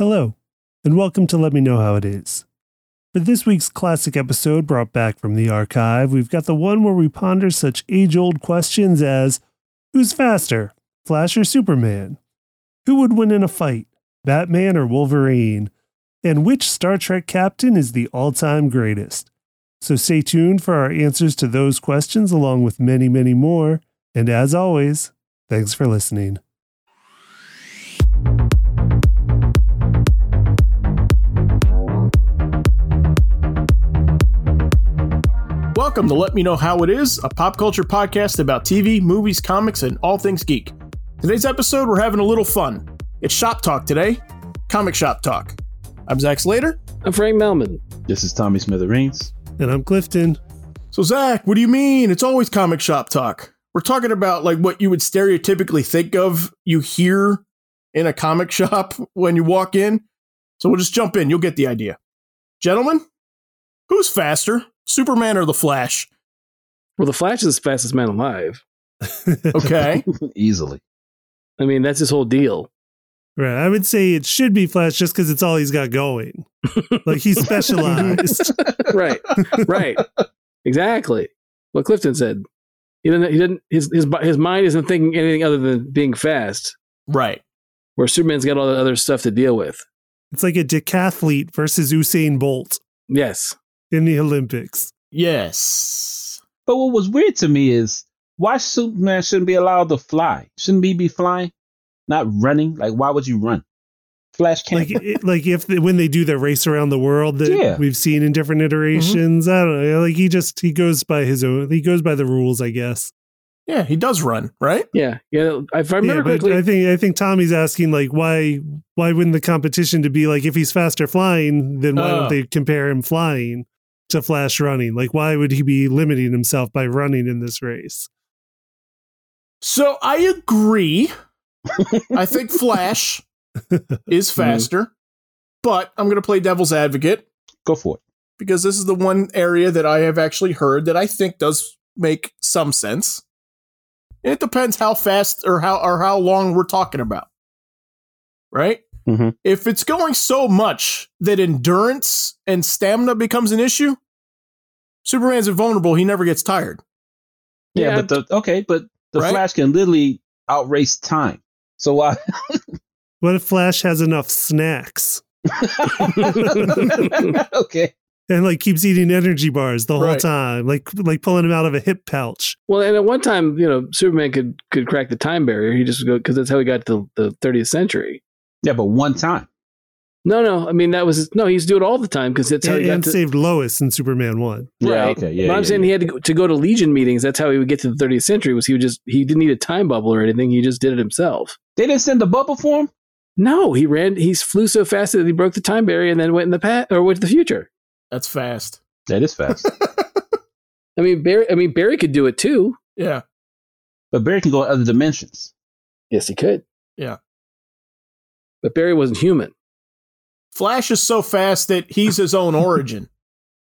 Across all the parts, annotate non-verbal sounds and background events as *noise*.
Hello, and welcome to Let Me Know How It Is. For this week's classic episode brought back from the archive, we've got the one where we ponder such age old questions as Who's faster, Flash or Superman? Who would win in a fight, Batman or Wolverine? And which Star Trek captain is the all time greatest? So stay tuned for our answers to those questions, along with many, many more. And as always, thanks for listening. Welcome to Let Me Know How It Is, a pop culture podcast about TV, movies, comics, and all things geek. Today's episode, we're having a little fun. It's shop talk today, comic shop talk. I'm Zach Slater. I'm Frank Melman. This is Tommy Smithereens. And I'm Clifton. So, Zach, what do you mean? It's always comic shop talk. We're talking about like what you would stereotypically think of you hear in a comic *laughs* shop when you walk in. So we'll just jump in. You'll get the idea. Gentlemen, who's faster, Superman or the Flash? Well, the Flash is the fastest man alive. Okay. Easily. I mean, that's his whole deal. Right. I would say it should be Flash just because it's all he's got going. *laughs* like he's specialized. Right. Right. exactly. What Clifton said. He didn't. He didn't. His his bu- his mind isn't thinking anything other than being fast. right. Where Superman's got all the other stuff to deal with. it's like a decathlete versus Usain Bolt Yes. in the Olympics. Yes. But what was weird to me is why Superman shouldn't be allowed to fly? Shouldn't he be flying? Not running? Like, why would you run? Flash can't. Like, it, like if they, when they do their race around the world that Yeah. we've seen in different iterations, I don't know. Like he just he goes by his own. He goes by the rules, I guess. Yeah, he does run, right? Yeah. Yeah. If I remember yeah, but correctly, I think I think Tommy's asking like why why wouldn't the competition to be like if he's faster flying, then why Uh. Oh. don't they compare him flying to Flash running? Like why would he be limiting himself by running in this race? So I agree. I think Flash is faster, but I'm going to play devil's advocate Go for it. because this is the one area that I have actually heard that I think does make some sense. It depends how fast or how or how long we're talking about. Right? Mhm. If it's going so much that endurance and stamina becomes an issue, Superman's invulnerable, he never gets tired. Yeah, Yeah. but the okay, but the Right? Flash can literally outrace time. *laughs* So why? *laughs* What if Flash has enough snacks okay. and like keeps eating energy bars the whole Right. time, like like pulling him out of a hip pouch? well, and at one time, you know, Superman could could crack the time barrier. He just go because that's how he got to the 30th century. Yeah, but one time. No, no. I mean, that was no. He's doing it all the time because that's how And, he got and to. saved Lois in Superman One. Yeah. Right. Okay. Yeah. but I'm yeah, saying yeah. he had to go, to go to Legion meetings. That's how he would get to the 30th century. Was he would just he didn't need a time bubble or anything. He just did it himself. they didn't send the bubble for him. No, he ran. He flew so fast that he broke the time barrier and then went in the past or went to the future. That's fast. That *laughs* is fast. I mean, Barry. I mean, Barry could do it too. Yeah. but Barry can go other dimensions. Yes, he could. Yeah. but Barry wasn't human. Flash is so fast that he's his *laughs* own origin.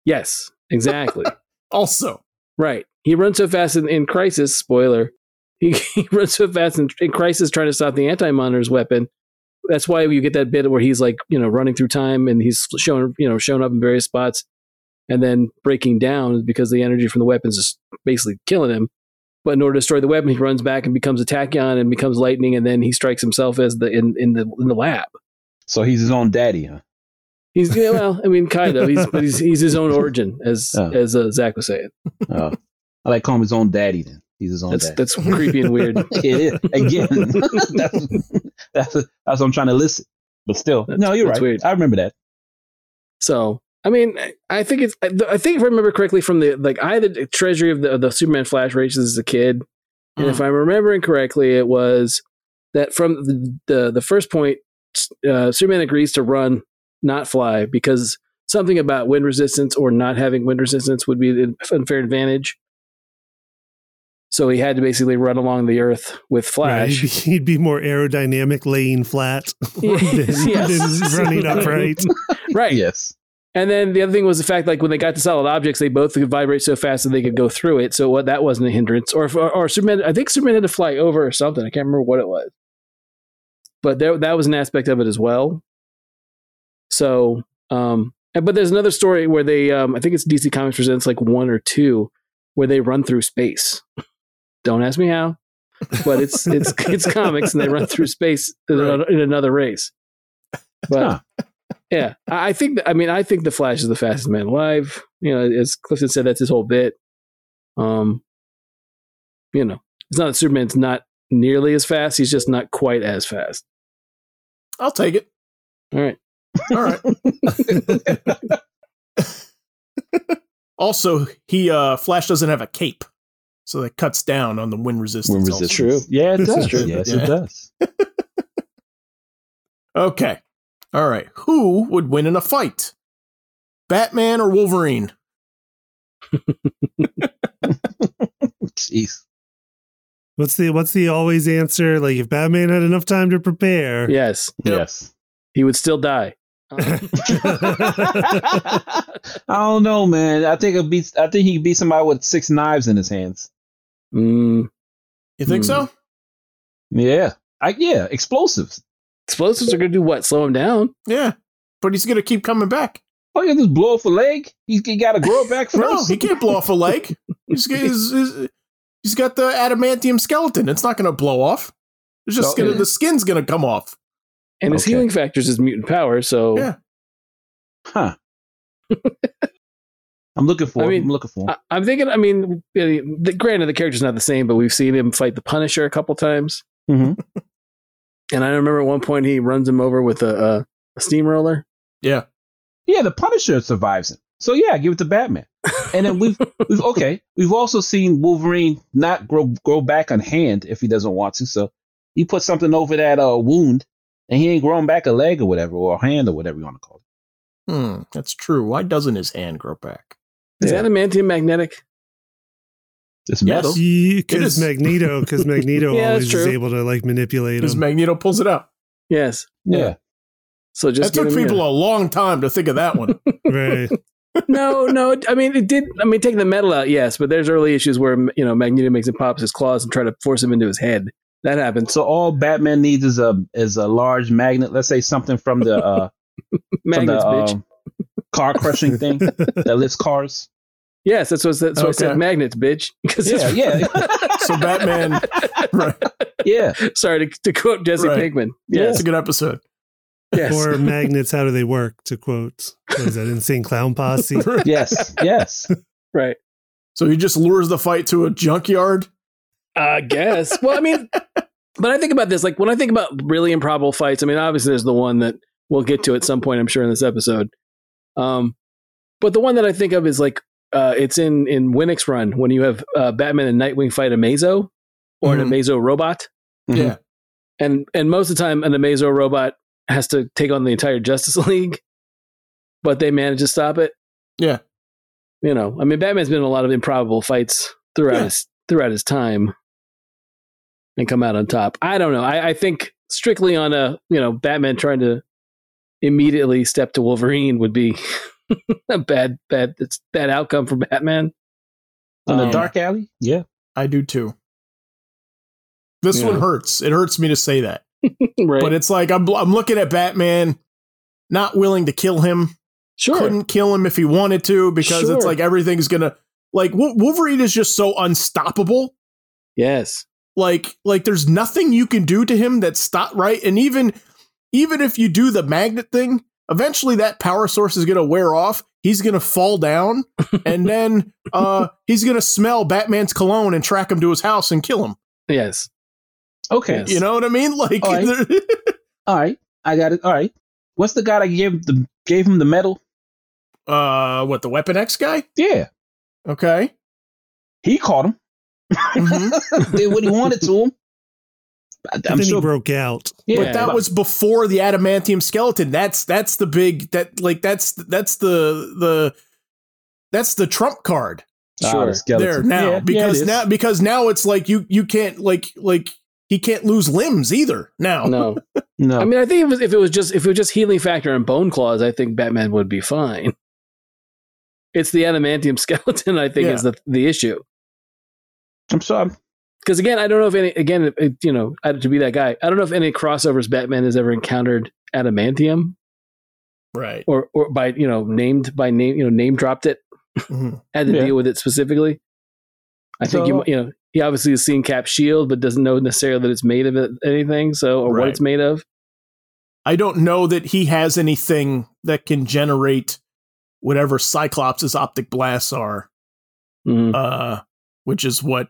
Yes, exactly. Also, right. He runs so fast in, in Crisis. Spoiler. *laughs* He, he runs so fast in, in Crisis, trying to stop the Anti-Monitor's weapon. That's why you get that bit where he's like, you know, running through time and he's showing, you know, showing up in various spots, and then breaking down because the energy from the weapons is basically killing him. But in order to destroy the weapon, he runs back and becomes a tachyon and becomes lightning, and then he strikes himself as the in, in the in the lab. So he's his own *laughs* daddy, huh? He's yeah, well, I mean, kind of. He's *laughs* but he's, he's his own origin, as Oh. as uh, Zach was saying. Oh. I like calling him his own daddy. Then he's his own That's daddy. that's creepy and weird. it is again. *laughs* that's, that's that's what I'm trying to listen. But still, That's- no, you're that's right. weird. I remember that. So I mean, I- I think it's. I I think if I remember correctly from the like, I had the treasury of the, the Superman Flash races as a kid, and if I'm remembering correctly, it was that from the the, the first point, uh, Superman agrees to run, not fly, because something about wind resistance or not having wind resistance would be an unfair advantage. So he had to basically run along the Earth with Right, *laughs* Flash. He'd, be, he'd be more aerodynamic, laying *laughs* flat *laughs* than, Yes. than running upright. right. Yes. And then the other thing was the fact, like when they got to solid objects, they both could vibrate so fast that they could go through it. So what, that wasn't a hindrance. Or, if- or or Superman, I think Superman had to fly over or something. I can't remember what it was, but there, that was an aspect of it as well. So, um, and- but there's another story where they, um, I think it's DC Comics presents like one or two, where they run through space. Don't ask me how, but it's it's it's comics and they run through space in, Right. another, in another race. But Huh. yeah, I I think. that- I mean, I think the Flash is the fastest man alive. You know, as Clifton said, that's his whole bit. Um, you know, it's not that Superman's not nearly as fast. He's just not quite as fast. I'll take it. All right. All *laughs* right. also, he uh Flash doesn't have a cape, so that cuts down on the wind resistance. Wind also. resistance. True. Yeah, it This is does. true. Yes, Yeah. it does. Okay. All right. Who would win in a fight? Batman or Wolverine? Jeez. What's the what's the always answer? Like if Batman had enough time to prepare. Yes, Yep. Yes. *laughs* he would still die. I don't know, man. I think it beats. I think he beat somebody with six knives in his hands. Mm, You think Hmm. so? Yeah, I, yeah, explosives. explosives are going to do what? Slow him down. Yeah. But he's gonna keep coming back. Oh, you just blow off a leg. He, he got to grow it back *laughs* No, *laughs* first. he can't blow off a leg. He's, he's, he's- he's got the adamantium skeleton. It's not gonna blow off. It's just No, gonna it- the skin's gonna come off. And his Okay. healing factors is mutant power. So Yeah. Huh. I'm looking for. I mean, him. I'm looking for. Him. I, I'm thinking. I mean, the, granted, the character's not the same, but we've seen him fight the Punisher a couple times. Mhm. And I remember at one point he runs him over with a, a, a steamroller. Yeah. Yeah, the Punisher survives him. So yeah, give it to Batman. And *laughs* then we've we've okay. We've also seen Wolverine not grow grow back on hand if he doesn't want to. So he put something over that uh wound, and he ain't growing back a leg or whatever, or a hand or whatever you want to call it. Hmm, that's true. Why doesn't his hand grow back? Is Yeah. adamantium magnetic? It's Yes. metal. It Because is. Magneto, *laughs* because Magneto Yeah, that's always is true. able to like manipulate Because him. Magneto pulls it out. Yes. Yeah. So just that took give him people a- a long time to think of that one. right. no, no. I mean, it did. I mean, taking the metal out, yes, but there's early issues where you know Magneto makes him pop his claws and try to force him into his head. That happens. So all Batman needs is a is a large magnet. Let's say something from the *laughs* uh, from the Magnets, bitch. um, car crushing thing that *laughs* lifts cars. Yes, that's what, that's what I Okay. said. Magnets, bitch. *laughs* 'Cause Yeah, it's- yeah, so Batman, *laughs* right? yeah. Sorry to, to quote Jesse Right. Pinkman. It's Yes, a good episode. *laughs* *laughs* yes. Or magnets, how do they work? To quote, what is that insane *laughs* clown posse? Yes, yes. right. So he just lures the fight to a junkyard. I guess. Well, I mean, but I think about this. Like when I think about really improbable fights, I mean, obviously there's the one that we'll get to at some point, I'm sure, in this episode. Um, but the one that I think of is like uh, it's in in Winix Run when you have uh, Batman and Nightwing fight a Amazo or Mm-hmm. Mhm. an Amazo robot, Mm-hmm. Yeah. and and most of the time an Amazo robot has to take on the entire Justice *laughs* League, but they manage to stop it. Yeah. you know, I mean, Batman's been in a lot of improbable fights throughout Yeah. his throughout his time, and come out on top. I don't know. I, I think strictly on a you know Batman trying to immediately step to Wolverine would be *laughs* a bad bad it's bad outcome for Batman. *laughs* In the Um, dark alley. Yeah. I do too. This Yeah. one hurts. It hurts me to say that, right? but it's like I'm I'm looking at Batman, not willing to kill him. sure, Couldn't kill him if he wanted to because Sure. it's like everything's gonna like Wo- Wolverine is just so unstoppable. yes, like like there's nothing you can do to him that's stop right and even even if you do the magnet thing eventually that power source is going to wear off he's going to fall *laughs* down and then uh he's going to smell batman's cologne and track him to his house and kill him yes, Okay. Yes. you know what i mean like *laughs* All right. All right. I got it. All right. What's the guy that gave the gave him the medal? uh what the weapon x guy Yeah. okay He caught him. Mhm. *laughs* Did what he wanted to him. I, But I'm then sure. he broke out. yeah, but that was before the adamantium skeleton that's that's the big that like that's that's the the that's the trump card Ah, sure. the skeleton. there now Yeah, because yeah, it now is. because now it's like you you can't like like he can't lose limbs either now. no. no. I mean, I think if it was if it was just if it was just healing factor and bone claws, I think Batman would be fine. It's the adamantium *laughs* skeleton, I think, Yeah. is the the issue. I'm sorry. because again, I don't know if any again, if- if, you know, I- to be that guy, I don't know if any crossovers Batman has ever encountered adamantium. Right. or or by you know named by name you know name dropped it Mhm. had to Yeah. deal with it specifically. I think you So- you know he obviously has seen Cap shield, but doesn't know necessarily that it's made of it- anything. So or what Right. it's made of. I don't know that he has anything that can generate whatever Cyclops' optic blasts are, Mhm. uh, which is what,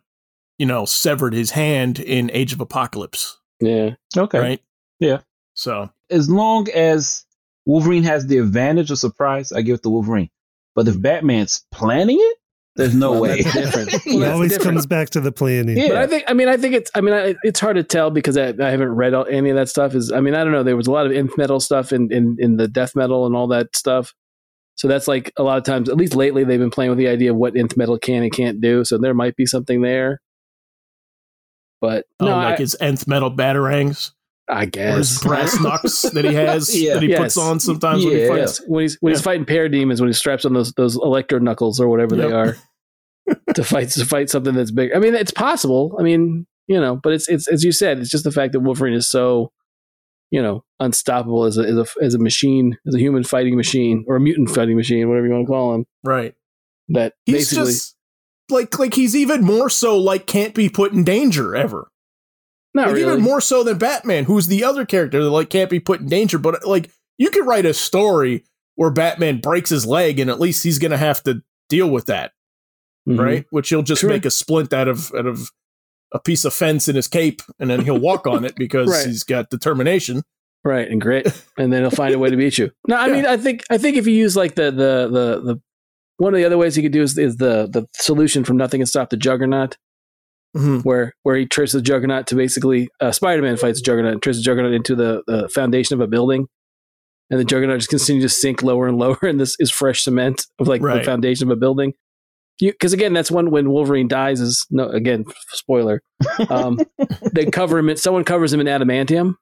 you know, severed his hand in Age of Apocalypse, yeah, Okay. right? Yeah. So, As long as Wolverine has the advantage of surprise, I give it to Wolverine. But if Batman's planning it, there's no Well, way. that's different. Yeah. it Well, that's always different. comes back to the planning. Yeah. But I think I mean I think it's I mean I, it's hard to tell because I, I haven't read all, any of that stuff. Is I mean I don't know. There was a lot of nth metal stuff in, in in the death metal and all that stuff. So that's like a lot of times, at least lately, they've been playing with the idea of what nth metal can and can't do. So there might be something there. But oh, no, like I, his nth metal batarangs I or his guess *laughs* brass knucks that he has Yeah. that he puts Yes. on sometimes when he Yeah. fights. Yes, when he's when he's fighting parademons, when he straps on those those electro knuckles or whatever Yep. they are to fight to fight something that's big. I mean, it's possible. I mean, you know, but it's it's as you said, it's just the fact that Wolverine is so, you know, unstoppable as a as a, as a machine, as a human fighting machine or a mutant fighting machine, whatever you want to call him. Right. That He's basically, just like like he's even more so like can't be put in danger ever. not Like, really. Even more so than Batman, who's the other character that like can't be put in danger. But like you could write a story where Batman breaks his leg, and at least he's gonna have to deal with that, Mhm. right? Which he'll just Sure. make a splint out of out of a piece of fence in his cape, and then he'll walk on *laughs* it because Right. he's got determination. right and *laughs* grit and then he'll find a way to beat you no i Yeah. mean i think i think if you use like the the the, the one of the other ways you could do is, is the the solution from nothing can stop the juggernaut Mhm. where where he tricks the juggernaut to basically uh, spider-man fights juggernaut and tricks the juggernaut into the, the foundation of a building and the juggernaut just continues to sink lower and *laughs* lower and this is fresh cement of like the Right. foundation of a building because again that's one when wolverine dies is no again spoiler um, they cover him in, someone covers him in adamantium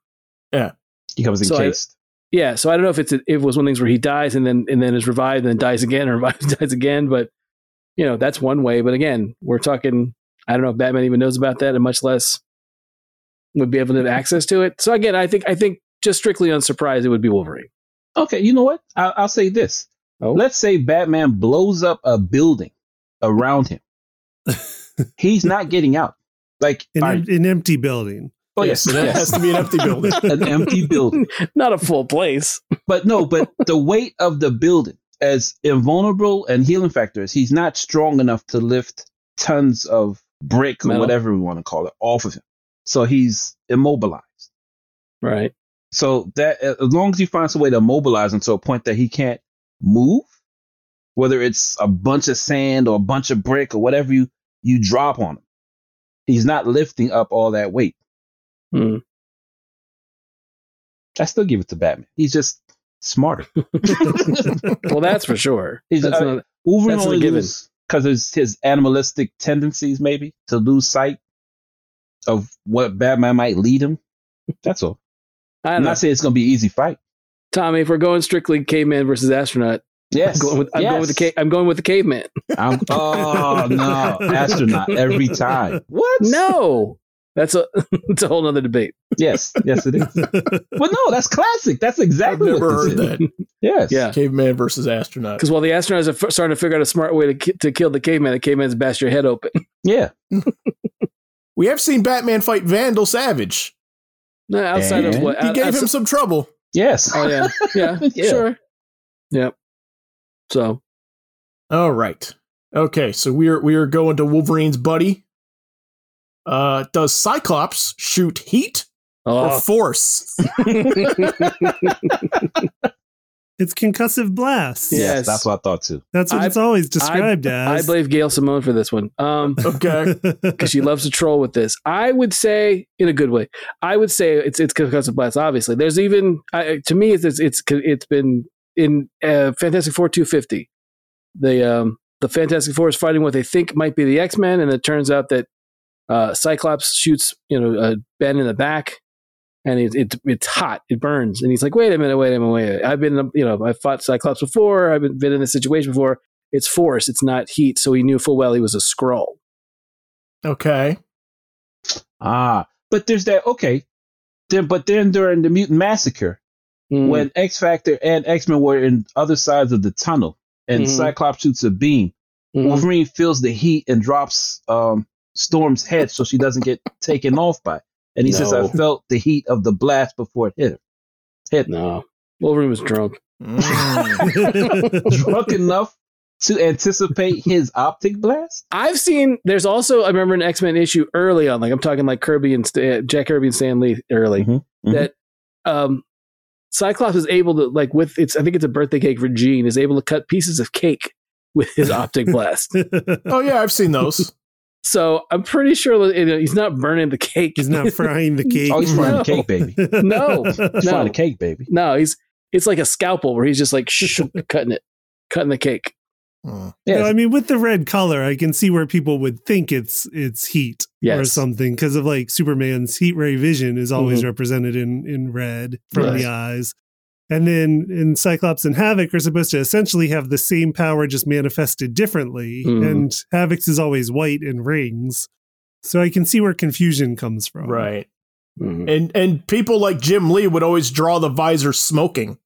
*laughs* He comes So I- encased. yeah, so I don't know if it's it was one of those where he dies and then and then is revived and then dies again or *laughs* revives dies again, but you know that's one way. But again, we're talking. I don't know if Batman even knows about that, and much less would be able to have access to it. So again, I think I think just strictly on surprise, it would be Wolverine. *laughs* okay, you know what? I, I'll say this. Oh. Let's say Batman blows up a building *laughs* around him. He's not getting out. Like, An, all right. em- an empty building. oh yes, It yes, has to be an *laughs* empty building. *laughs* *laughs* an empty building. Not a full place. But no, but the weight of the building, as invulnerable and healing factors, he's not strong enough to lift tons of brick or Metal. whatever we want to call it off of him. So he's immobilized. Right. So that as long as he finds a way to immobilize him to a point that he can't move, whether it's a bunch of sand or a bunch of brick or whatever you you drop on him, he's not lifting up all that weight. Hmm. I still give it to Batman. He's just *laughs* smarter. *laughs* Well, that's for sure. He's- uh, That's I- not- Wolverine That's a only given. gives because his his animalistic tendencies, maybe to lose sight of what Batman might lead him. That's all. I I'm don't know. not saying it's gonna be an easy fight. Tommy, if we're going strictly caveman versus astronaut, Yes, I'm going with, I'm yes. going with the ca- I'm going with the caveman. I'm, oh no, astronaut every time. What? No, that's a *laughs* it's a whole other debate. Yes, yes it is. But no, that's classic. That's exactly I've never what *laughs* heard this is. that. Yes. Yeah. Caveman versus astronaut. Because while the astronauts are f- starting to figure out a smart way to, ki- to kill the caveman, the caveman's bashed your head open. *laughs* Yeah. We have seen Batman fight Vandal Savage. No, outside of And what? He out- gave outs- him some trouble. Yes. *laughs* *laughs* Oh yeah, *laughs* *laughs* yeah, Yeah. sure, yep. So All right. Okay, so we're we are going to Wolverine's buddy. Uh does Cyclops shoot heat or oh, force? it's concussive blasts. yes. Yes. That's what I thought too. That's what I- it's always described *laughs* I as. blame Gail Simone for this one. Um, *laughs* Okay. because she loves to troll with this. I would say, in a good way, I would say it's it's concussive blast. Obviously, there's even I, to me it's it's it's, it's been in uh, Fantastic Four 250. The um the Fantastic Four is fighting what they think might be the X Men, and it turns out that uh, Cyclops shoots you know uh, Ben in the back, and it, it it's hot, it burns, and he's like, wait a minute, wait a minute, wait. A minute. I've been you know I've fought Cyclops before, I've been, been in this situation before. It's force, it's not heat. So he knew full well he was a scroll. Okay. Ah. But there's that okay. Then but then during the mutant massacre, Mm. when X Factor and X Men were in other sides of the tunnel, and Mhm. Cyclops shoots a beam. Mhm. Wolverine feels the heat and drops um, Storm's head so she doesn't get taken off by it. And he says, No. I felt the heat of the blast before it *laughs* hit her. No, Wolverine was drunk. Mm. Drunk enough to anticipate his optic blast? I've seen. There's also I remember an X Men issue early on. Like I'm talking like Kirby and Stan, Jack Kirby and Stan Lee early. Mm-hmm, Mhm, mhm. That um, Cyclops is able to like with its. I think it's a birthday cake for Jean. Is able to cut pieces of cake with *laughs* his optic blast. oh yeah, I've seen those. So I'm pretty sure you know, he's not burning the cake. *laughs* He's *laughs* not frying the cake. Oh, he's frying No. the cake, baby. No. *laughs* He's No. frying the *laughs* cake, baby. no, he's it's like a scalpel where he's just like *laughs* shh, cutting it, cutting the cake. Mm. Yeah. No, I mean with the red color, I can see where people would think it's it's heat or Yes. something because of like Superman's heat ray vision is always Mm-hmm. represented in in red from Right. the eyes. And then in Cyclops and Havoc are supposed to essentially have the same power just manifested differently. Mm-hmm. Mhm. And Havoc's is always white and rings. So I can see where confusion comes from. *laughs* Right. Mhm. And and people like Jim Lee would always draw the visor smoking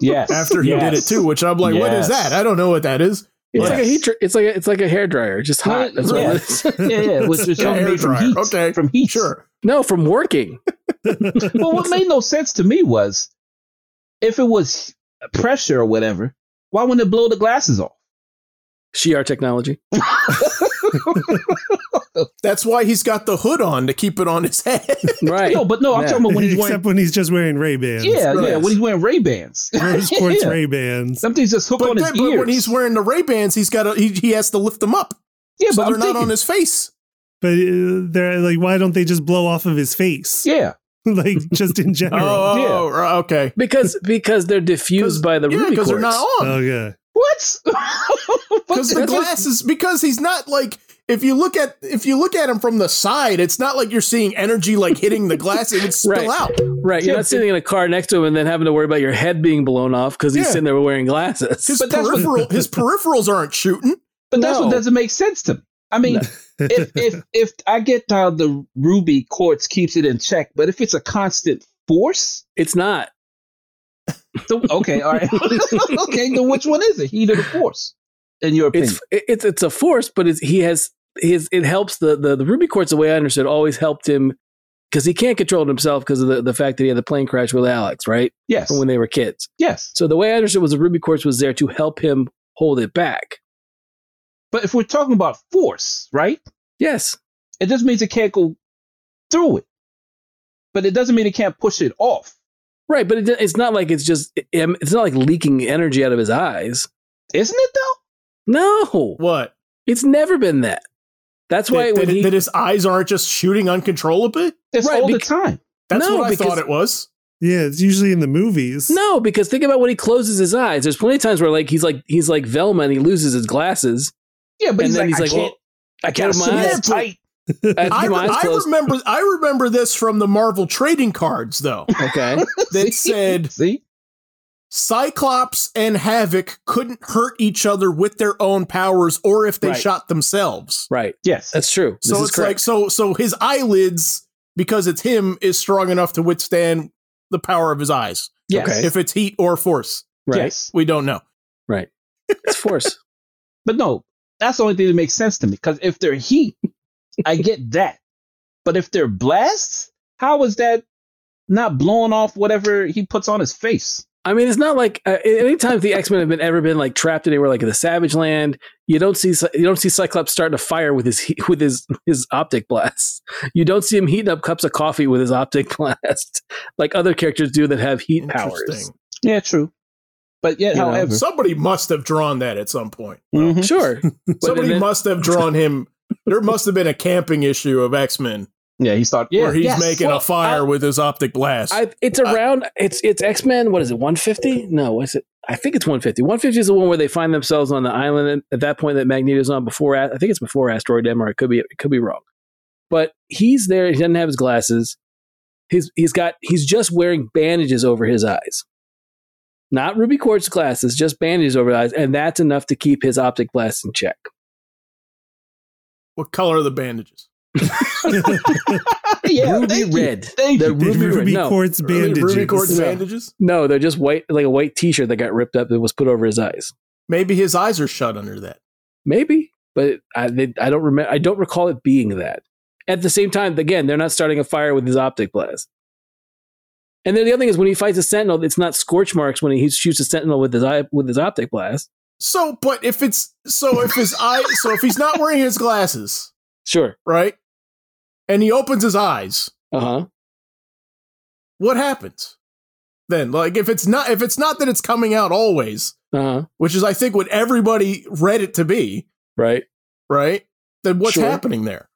Yes. after he did it yes. too, which I'm like, what is Yes. that? I don't know what that is. It's Yes. like a heat. Tr- it's like a, it's like a hair dryer, just hot. That's what Yeah. it is. *laughs* Yeah, yeah, which *laughs* was Yeah, hair made from dryer. heat. Okay. From heat. Sure. no, from working. Well, what made no sense to me was if it was pressure or whatever, why wouldn't it blow the glasses off? Shiar technology. That's why he's got the hood on to keep it on his head. Right. No, but no, I'm Yeah. talking about *laughs* when he's wearing Except when he's just wearing Ray Bans. *laughs* Yeah, Right. yeah. When he's wearing Ray Bans, *laughs* Rose quartz Ray Bans. something's just hooked but, on his then- but ears. when he's wearing the Ray Bans, he's got to he, he has to lift them up. yeah, so but they're I'm not thinking, on his face. But uh, they're like, why don't they just blow off of his face? yeah, *laughs* like just *laughs* in general. Oh, Oh, oh, right, okay. because because they're diffused by the Yeah, Ruby because quartz. they're not Oh, on. yeah. what? *laughs* Because the That's what- glasses, because he's not like if you look at if you look at him from the side, it's not like you're seeing energy like hitting the glass. It would spill Right. out. Right. You're Yeah, not sitting in a car next to him and then having to worry about your head being blown off because he's Yeah. sitting there wearing glasses. His But that's what- *laughs* peripheral his peripherals aren't shooting. But that's what No. doesn't make sense to me. I mean, if *laughs* *laughs* if if I get how the ruby quartz keeps it in check, but if it's a constant force, it's not. so, okay, all right, *laughs* okay, then which one is it? Heat or the force? In your opinion, It's it- it's it's a force, but it's, he has his it helps the the, the Ruby quartz. The way I understood, always helped him because he can't control it himself because of the, the fact that he had the plane crash with Alex, right? yes, From when they were kids. yes. So the way I understood was the Ruby Quartz was there to help him hold it back. But if we're talking about force, right? Yes. It just means it can't go through it, but it doesn't mean it can't push it off. Right, but it, it's not like it's just it's not like leaking energy out of his eyes. Isn't it though? No, What? it's never been that. That's why That, when that- he that his eyes aren't just shooting uncontrollably? It's Right, all the bec- time. That's No, what I because- thought it was. yeah, it's usually in the movies. *laughs* no, because think about when he closes his eyes. There's plenty of times where like he's like he's like Velma and he loses his glasses. Yeah, but And he's then like, he's I like, can't. well, I gotta can't keep sit my there eyes tight. I have to I, keep my eyes I closed. remember I remember this from the Marvel trading cards *laughs* though. Okay, That said *laughs* See, Cyclops and Havoc couldn't hurt each other with their own powers or if they Right. shot themselves. right. yes, That's true. This So is it's correct. like so so his eyelids because it's him is strong enough to withstand the power of his eyes. yes, okay. If it's heat or force, right. yes. we don't know. It's force. But no, that's the only thing that makes sense to me. Because if they're heat, I get that. But if they're blasts, how is that not blowing off whatever he puts on his face? I mean, it's not like uh, anytime the X Men have been ever been like trapped anywhere, like in the Savage Land. You don't see Cy- you don't see Cyclops starting to fire with his he- with his his optic blast. You don't see him heating up cups of coffee with his optic *laughs* blast, like other characters do that have heat powers. Mm-hmm. Interesting. Yeah, true. But yet, You know, Mm-hmm. however, Somebody must have drawn that at some *laughs* point. Mhm. *laughs* Sure, But Somebody then- must have drawn him. There must have been a camping issue of X Men yeah, he started. Yeah, where he's yes. making a Well, fire I- with his optic blast. I, it's around. it's it's X Men. What is it? One fifty? No, what is it? I think it's one fifty. One fifty is the one where they find themselves on the island at that point that Magneto's on before. A- I think it's before Asteroid M, or it could be it could be wrong. But he's there. He doesn't have his glasses. He's he's got he's just wearing bandages over his eyes, not ruby quartz glasses, just bandages over his eyes, and that's enough to keep his optic blast in check. what color are the bandages? *laughs* Yeah, ruby thank you. red. Thank They're you. Did ruby, Ruby red. No, Quartz bandages. Ruby Quartz Yeah. bandages. no, they're just white, like a white T-shirt that got ripped up that was put over his eyes. Maybe his eyes are shut under that. Maybe, but I they, I don't remember. I don't recall it being that. At the same time, again, they're not starting a fire with his optic blast. And then the other thing is when he fights a sentinel, it's not scorch marks when he shoots a sentinel with his eye with his optic blast. So, but if it's so, if his eye, so if he's not wearing his glasses, Sure. right, and he opens his eyes, Uh huh. what happens then? Like, if it's not, if it's not that it's coming out always, Uh huh. which is I think what everybody read it to be, Right. right? Then what's Sure. happening there?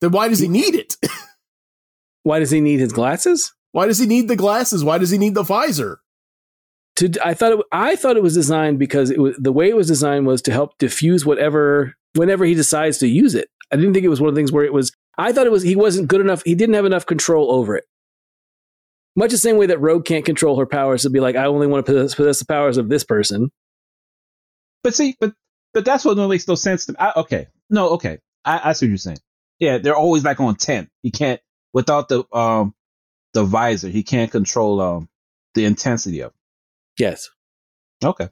Then why does he need it? *laughs* Why does he need his glasses? Why does he need the glasses? Why does he need the visor? to I thought it, I thought it was designed because it was the way it was designed was to help diffuse whatever whenever he decides to use it. I didn't think it was one of the things where it was. I thought it was he wasn't good enough. He didn't have enough control over it. Much the same way that Rogue can't control her powers to be like, I only want to possess, possess the powers of this person. But see, but but that's what makes no sense to me. I, okay, no, okay, I, I see what you're saying. Yeah, they're always like on ten. He can't without the um the visor. He can't control um the intensity of. Yes, It. Okay,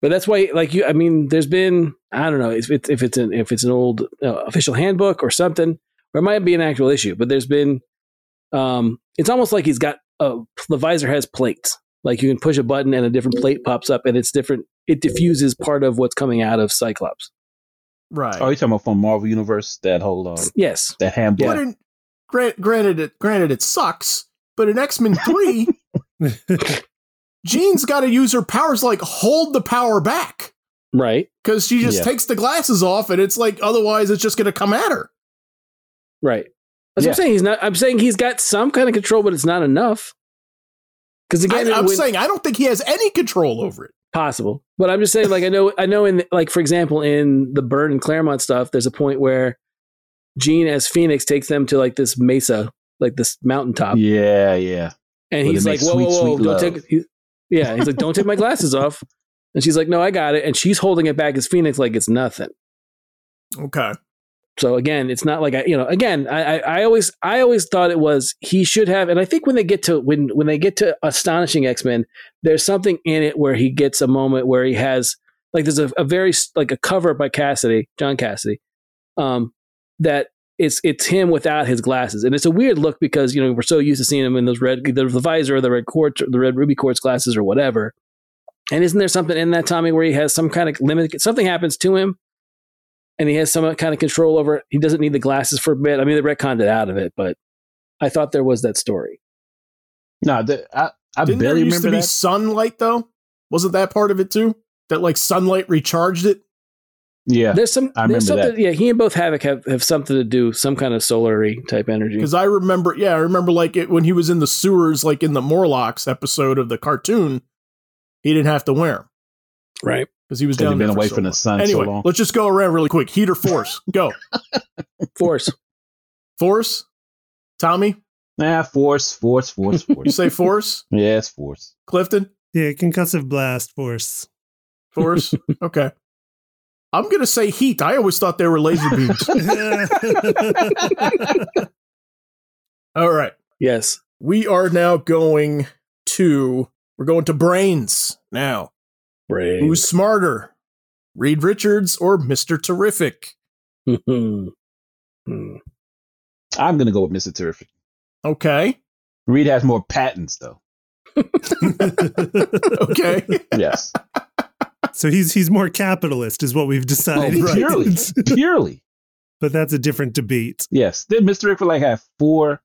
but that's why, like you, I mean, there's been I don't know if it's if it's an if it's an old uh, official handbook or something, or it might be an actual issue. But there's been, um, it's almost like he's got a, the visor has plates. Like you can push a button and a different plate pops up, and it's different. It diffuses part of what's coming out of Cyclops. Right. oh, you talking about from Marvel Universe that whole uh, Yes, that handbook? But in, grant, granted, it granted it sucks. But in X Men Three, *laughs* Jean's got to use her powers like hold the power back right, because she just Yeah. takes the glasses off, and it's like otherwise it's just going to come at her. right. That's what Yeah. I'm saying. He's not. I'm saying he's got some kind of control, but it's not enough. Because I, again, it am would- saying I don't think he has any control over it. possible. But I'm just saying, like I know, I know, in like for example, in the Burn and Claremont stuff, there's a point where Jean as Phoenix takes them to like this mesa, like this mountaintop, yeah, yeah. and Where he's they like, make "Whoa, sweet, whoa, whoa! sweet Don't love. take." He, yeah, he's like, "Don't take my glasses off," and she's like, "No, I got it," and she's holding it back as Phoenix, like it's nothing. Okay. So again, it's not like I, you know, again, I, I, I always, I always thought it was he should have, and I think when they get to when when they get to astonishing X Men, there's something in it where he gets a moment where he has like there's a, a very s- like a cover by Cassidy, John Cassidy, um, that it's it's him without his glasses, and it's a weird look because you know we're so used to seeing him in those red either the visor or the red quartz or the red ruby quartz glasses or whatever. And isn't there something in that Tommy where he has some kind of limit? Something happens to him and he has some kind of control over it. He doesn't need the glasses for a bit. I mean, they retconned it out of it, but I thought there was that story. No, the, I I Didn't there barely used to remember be that. sunlight though? Wasn't that part of it too? That like sunlight recharged it. yeah, There's some. I there's remember something, Yeah, he and both Havoc have, have something to do, some kind of solary type energy. Because I remember, yeah, I remember like it when he was in the sewers, like in the Morlocks episode of the cartoon, he didn't have to wear 'em Right. because he was down because you've there been for away so from long. the sun Anyway, so long. let's just go around really quick. Heat or *laughs* force? go. Force. *laughs* Force? Tommy? Nah, force, force, force, *laughs* You force. say force? yeah, it's force. Clifton? yeah, concussive blast *laughs* force. *laughs* Force? Okay. I'm going to say heat. I always thought they were laser *laughs* beams. All right. yes. We are now going to, we're going to brains now. Brave. *laughs* Who's smarter, Reed Richards or Mr. Terrific? Mhm. Mm. I'm gonna go with Mister Terrific. Okay. Reed has more patents though. *laughs* Okay. *laughs* Yes, so he's he's more capitalist, is what we've decided. right. purely, purely. *laughs* but that's a different debate. Yes. Did Mr. Rick like have four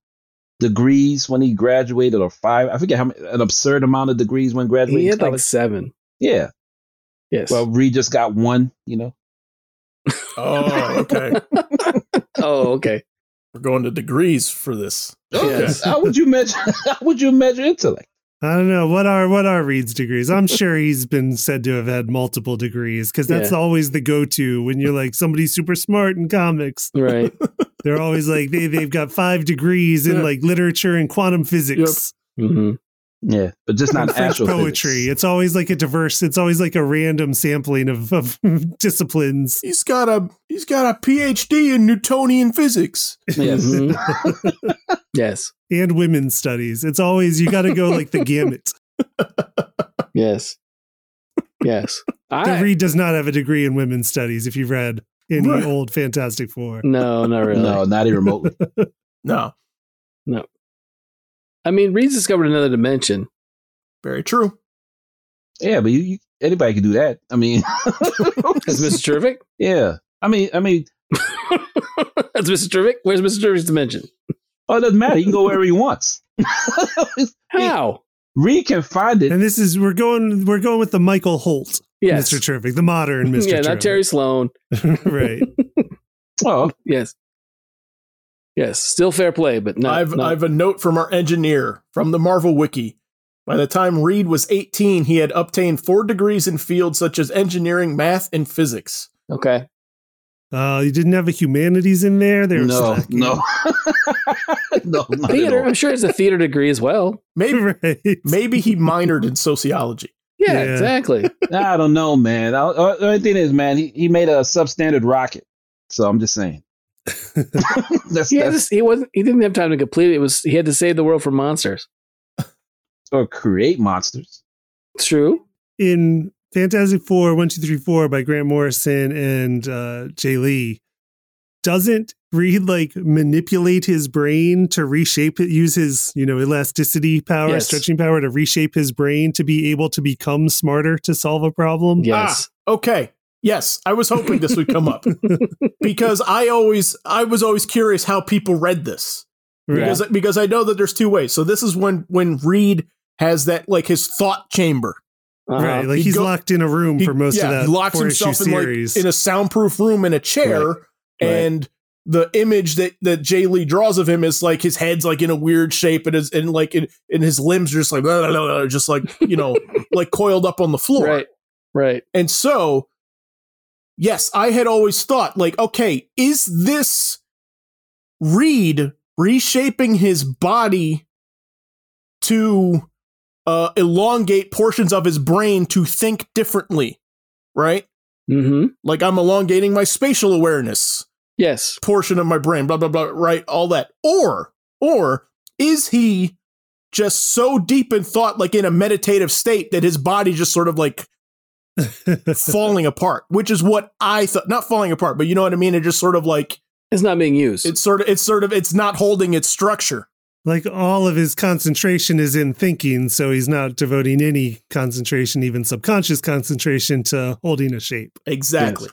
degrees when he graduated or five? I forget how many, an absurd amount of degrees when he graduating had like college. seven. yeah. Yes. Well, Reed just got one, you know. oh, okay. *laughs* oh, okay. We're going to degrees for this. Yes. How would you measure *laughs* how would you measure intellect? I don't know what are what are Reed's degrees. I'm sure he's been said to have had multiple degrees because that's Yeah. always the go-to when you're like somebody's super smart in comics. Right. *laughs* They're always like they they've got five degrees in Yeah. like literature and quantum physics. hmm Yeah, but just not French astrophysics. poetry. It's always like a diverse. It's always like a random sampling of, of *laughs* disciplines. He's got a he's got a PhD in Newtonian physics. Yes. *laughs* Mhm. yes. *laughs* and women's studies. It's always you got to go like the gamut. Yes. Yes. The I Reed does not have a degree in women's studies. If you've read any Right. old Fantastic Four, Mm, no, not really. No, not even remotely. No, I mean, Reed's discovered another dimension. very true. *laughs* yeah, but you, you anybody can do that. I mean, *laughs* Is Mr. *laughs* Terrific? yeah. I mean, I mean, That's Mr. Terrific. Where's Mr. Terrific's dimension? oh, it doesn't matter. He can go wherever he wants. *laughs* How? Reed can find it. and this is we're going we're going with the Michael Holt, Yes. Mr. Terrific, the *laughs* modern Mr. Yeah, not Terry Terrific. Sloan. *laughs* right? Oh, Yes. Yes. Still fair play, but not. I've not- I've a note from our engineer from the Marvel Wiki. By the time Reed was 18, he had obtained four degrees in fields such as engineering, math, and physics. okay. Uh, you didn't have a humanities in there. There was no, slack. no, *laughs* no, not at Theater. all. I'm sure it's a theater degree as well. Maybe *laughs* right? maybe he minored in sociology. Yeah, Yeah. *laughs* exactly. I don't know, man. I, uh, the only thing is, man, he, he made a substandard rocket. So I'm just saying. *laughs* that's He, had that's this, he wasn't. He didn't have time to complete it. it. Was he had to save the world from monsters? or create monsters. True. in Fantastic Four, One, Two, Three, Four by Grant Morrison and uh, Jay Lee, doesn't Reed like manipulate his brain to reshape it, use his, you know, elasticity power, Yes. stretching power to reshape his brain to be able to become smarter to solve a problem? Yes. Okay. Yes, I was hoping this would come up because I always I was always curious how people read this. Right. because because I know that there's two ways. So this is when when Reed has that like his thought chamber. Uh-huh. Right. Like He he's go- locked in a room for most yeah, of that he locks four himself issue in like series. in a soundproof room in a chair, Right. and the image that that Jay Lee draws of him is like his head's like in a weird shape, and his and like in, and his limbs are just like *laughs* blah, blah, blah, blah, just like you know like coiled up on the floor. Right. Right. And so, yes, I had always thought, like, okay, is this Reed reshaping his body to uh, elongate portions of his brain to think differently? Right? Mm-hmm. Like, I'm elongating my spatial awareness Yes. portion of my brain, blah, blah, blah, right? All that. Or, or is he just so deep in thought, like in a meditative state, that his body just sort of like falling apart, which is what I thought. Not falling apart, but you know what I mean. It just sort of like It's not being used. it's sort of it's sort of it's not holding its structure. *laughs* like all of his concentration is in thinking, so he's not devoting any concentration, even subconscious concentration, to holding a shape. Exactly,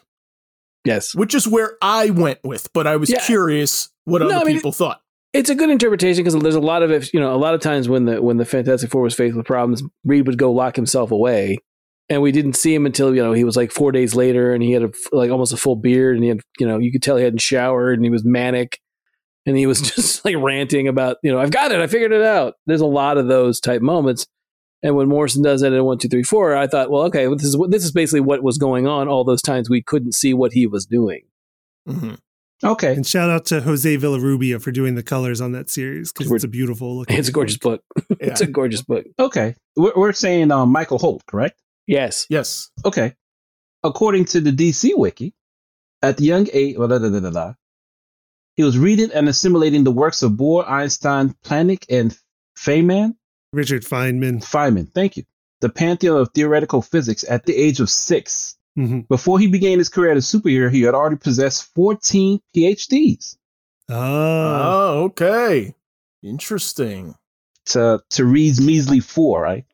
yes. which is where I went with. But I was Yeah. curious what No, other I mean, people thought. It's a good interpretation because there's a lot of it. You know, a lot of times when the when the Fantastic Four was faced with problems, Reed would go lock himself away, and we didn't see him until you know he was like four days later, and he had a, f- like almost a full beard, and he had you know you could tell he hadn't showered, and he was manic, and he was *laughs* just like ranting about you know I've got it, I figured it out. There's a lot of those type moments, and when Morrison does that in one two three four, I thought, well, okay, this is what this is basically what was going on all those times we couldn't see what he was doing. *laughs* Mhm. Okay. And shout out to Jose Villarubia for doing the colors on that series because it's a beautiful look. It's a gorgeous book. It's a Yeah. gorgeous book. Okay. We're, we're saying um, Michael Holt, correct? Yes. Yes, Okay. According to the DC Wiki, at the young age, blah, blah, blah, blah, blah, blah, he was reading and assimilating the works of Bohr, Einstein, Planck, and Feynman. Richard Feynman. Feynman, thank you. The pantheon of theoretical physics at the age of six. Mhm. Before he began his career as a superhero, he had already possessed 14 PhDs. Uh, Oh, oh, okay, interesting. To, to Reed's measly four, right?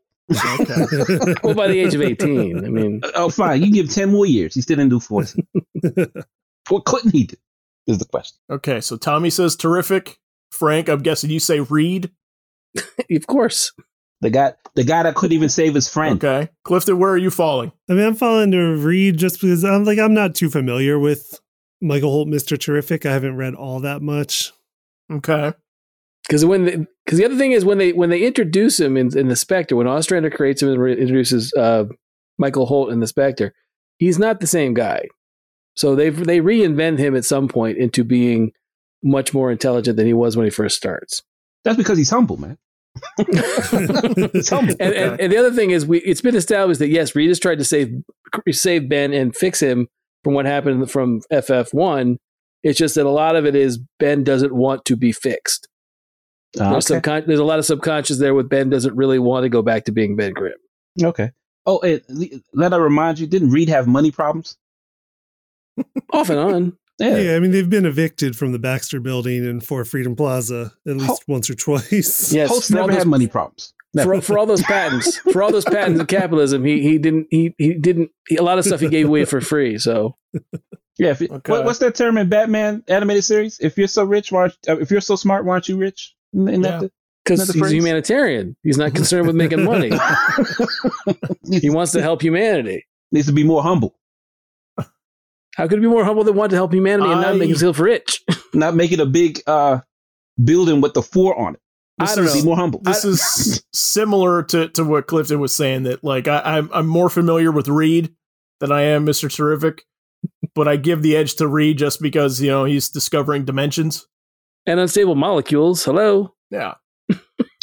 Okay. *laughs* Well, by the age of 18, I mean, *laughs* Oh, fine. You give 10 more years. He still didn't do 14. what couldn't he do? Is the question. okay, so Tommy says terrific. Frank, I'm guessing you say Reed. of course. The guy, the guy that couldn't even save his friend. Okay, Clifton, where are you falling? I mean, I'm falling to Reed just because I'm like I'm not too familiar with Michael Holt, Mister Terrific. I haven't read all that much. *laughs* Okay, Because when because the other thing is when they when they introduce him in, in the Spectre, when Ostrander creates him and re- introduces uh, Michael Holt in the Spectre, he's not the same guy. So they they reinvent him at some point into being much more intelligent than he was when he first starts. That's because he's humble, man. and, and, and the other thing is, we it's been established that yes, Regis tried to save save Ben and fix him from what happened from FF one. It's just that a lot of it is Ben doesn't want to be fixed. Ah, There's, okay. subcon- there's a lot of subconscious there with Ben doesn't really want to go back to being Ben Grimm. okay. Oh, and le- let I remind you, didn't Reed have money problems? Off and on. Yeah. I mean they've been evicted from the Baxter Building and for Freedom Plaza at least once or twice. *laughs* Yes. Host for all never those- had money problems. Never. for, for all those patents, for all those patents of capitalism, he he didn't he he didn't he, a lot of stuff he gave away for free. So Yeah. If it, Okay. what, what's that term in Batman animated series? If you're so rich, why? aren't- uh, If you're so smart, why aren't you rich? Isn't that Yeah. because Another he's a phrase. humanitarian, he's not concerned with making *laughs* money. the- He wants to help humanity. needs to be more humble, How could it be more humble than want to help humanity and not I- make himself rich? *laughs* not making a big uh, building with the four on it. I This don't is- Be know. more humble. this is similar to, to what Clifton was saying that like I, I'm I'm more familiar with Reed than I am Mr. Terrific, but I give the edge to Reed just because you know he's discovering dimensions. And unstable molecules. Hello. Yeah,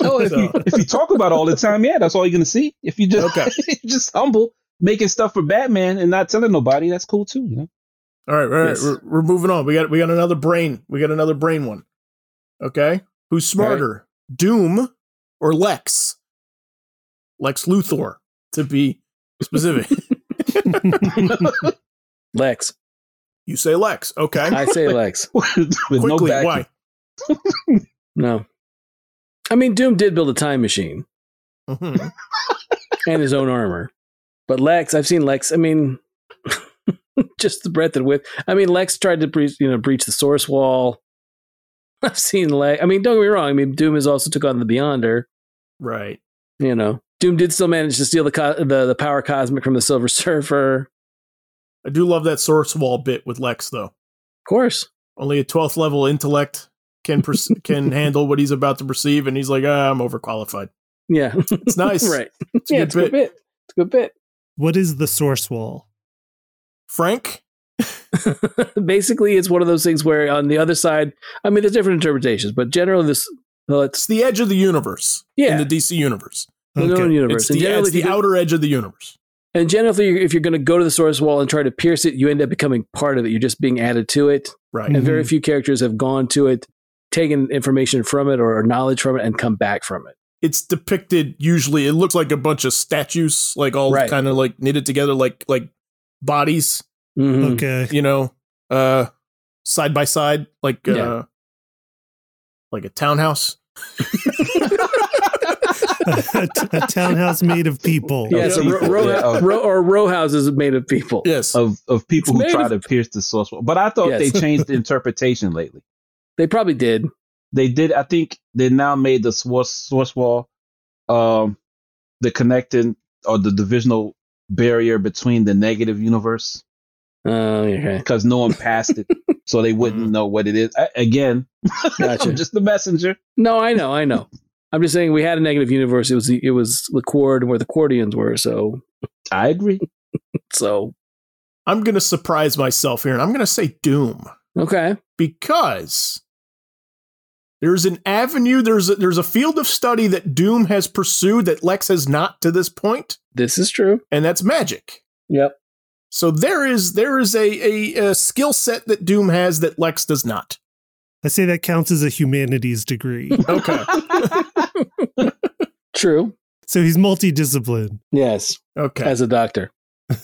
Oh, if, you, if you talk about it all the time, yeah, that's all you're gonna see. If you just Okay. *laughs* just humble, making stuff for Batman and not telling nobody, that's cool too. You know, all right, all right, Yes. we're, we're moving on. We got we got another brain. We got another brain one. Okay, who's smarter, Doom or Lex? Lex Luthor, to be *laughs* specific. *laughs* Lex. you say Lex, okay? I *laughs* say Lex. with no Quickly, backing. why? No. I mean, Doom did build a time machine Mhm. and his own armor. But Lex, I've seen Lex. I mean, *laughs* just the breadth and width. I mean, Lex tried to breach, you know, breach the source wall. *laughs* I've seen Lex. I mean, don't get me wrong. I mean, Doom has also took on the Beyonder. Right. You know, Doom did still manage to steal the co- the, the power cosmic from the Silver *laughs* Surfer. I do love that source wall bit with Lex though. Of course. only a 12th level intellect can perce- can handle what he's about to perceive and he's like ah, i'm overqualified Yeah. *laughs* it's nice right. it's a good yeah, it's a bit. good bit. It's a good bit. *laughs* What is the source wall? frank basically it's one of those things where on the other side i mean there's different interpretations but generally this well it's it's the edge of the universe yeah in the dc universe the known universe it's the, and generally, it's if you the go- outer edge of the universe and generally if you're going to go to the source wall and try to pierce it you end up becoming part of it you're just being added to it right and very Mhm. few characters have gone to it taken information from it or knowledge from it and come back from it it's depicted usually it looks like a bunch of statues like all Right. kind of like knitted together like like bodies Mhm. Mm-hmm. Okay. *laughs* you know uh side by side like uh Yeah. like a townhouse a, t- a townhouse made of people. yeah so ro- People, row, yeah, of- row- or row houses made of people yes Of of people It's who try made to pierce the source wall, but I thought Yes. they changed the interpretation lately. they probably did They did. I think they now made the source source wall, um, the connecting or the divisional barrier between the negative universe oh okay because no one passed *laughs* it, so they wouldn't know what it is. I, again, *laughs* Gotcha. I'm just the messenger. no i know i know i'm just saying we had a negative universe it was the, it was the and where the Quardians were so I agree. so i'm gonna surprise myself here and i'm gonna say doom Okay. because there's an avenue, there's a, there's a field of study that Doom has pursued that Lex has not to this point, This is true. and that's magic. Yep. So there is there is a a, a skill set that Doom has that Lex does not. I say that counts as a humanities *laughs* degree. Okay, True. so he's multidisciplined. Yes. *laughs* okay. As a doctor.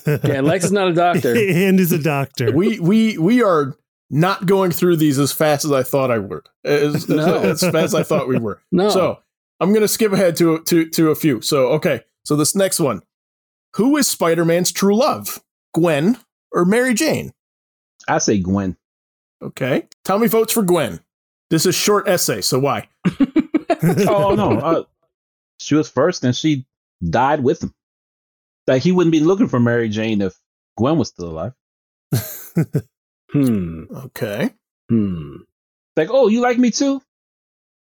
Yeah, Lex is not a doctor. *laughs* and is a doctor. *laughs* We we we are not going through these as fast as I thought I would. As, *laughs* No. as fast as I thought we were. No. So I'm gonna skip ahead to to to a few. So okay, so this next one, who is Spider-Man's true love, Gwen or Mary Jane? *laughs* I say Gwen. Okay. Tommy votes for Gwen. This is short essay, so why? *laughs* Oh no, uh, she was first, and she died with him. Like he wouldn't be looking for Mary Jane if Gwen was still alive. hmm. Okay. Hmm. Like, oh, you like me too?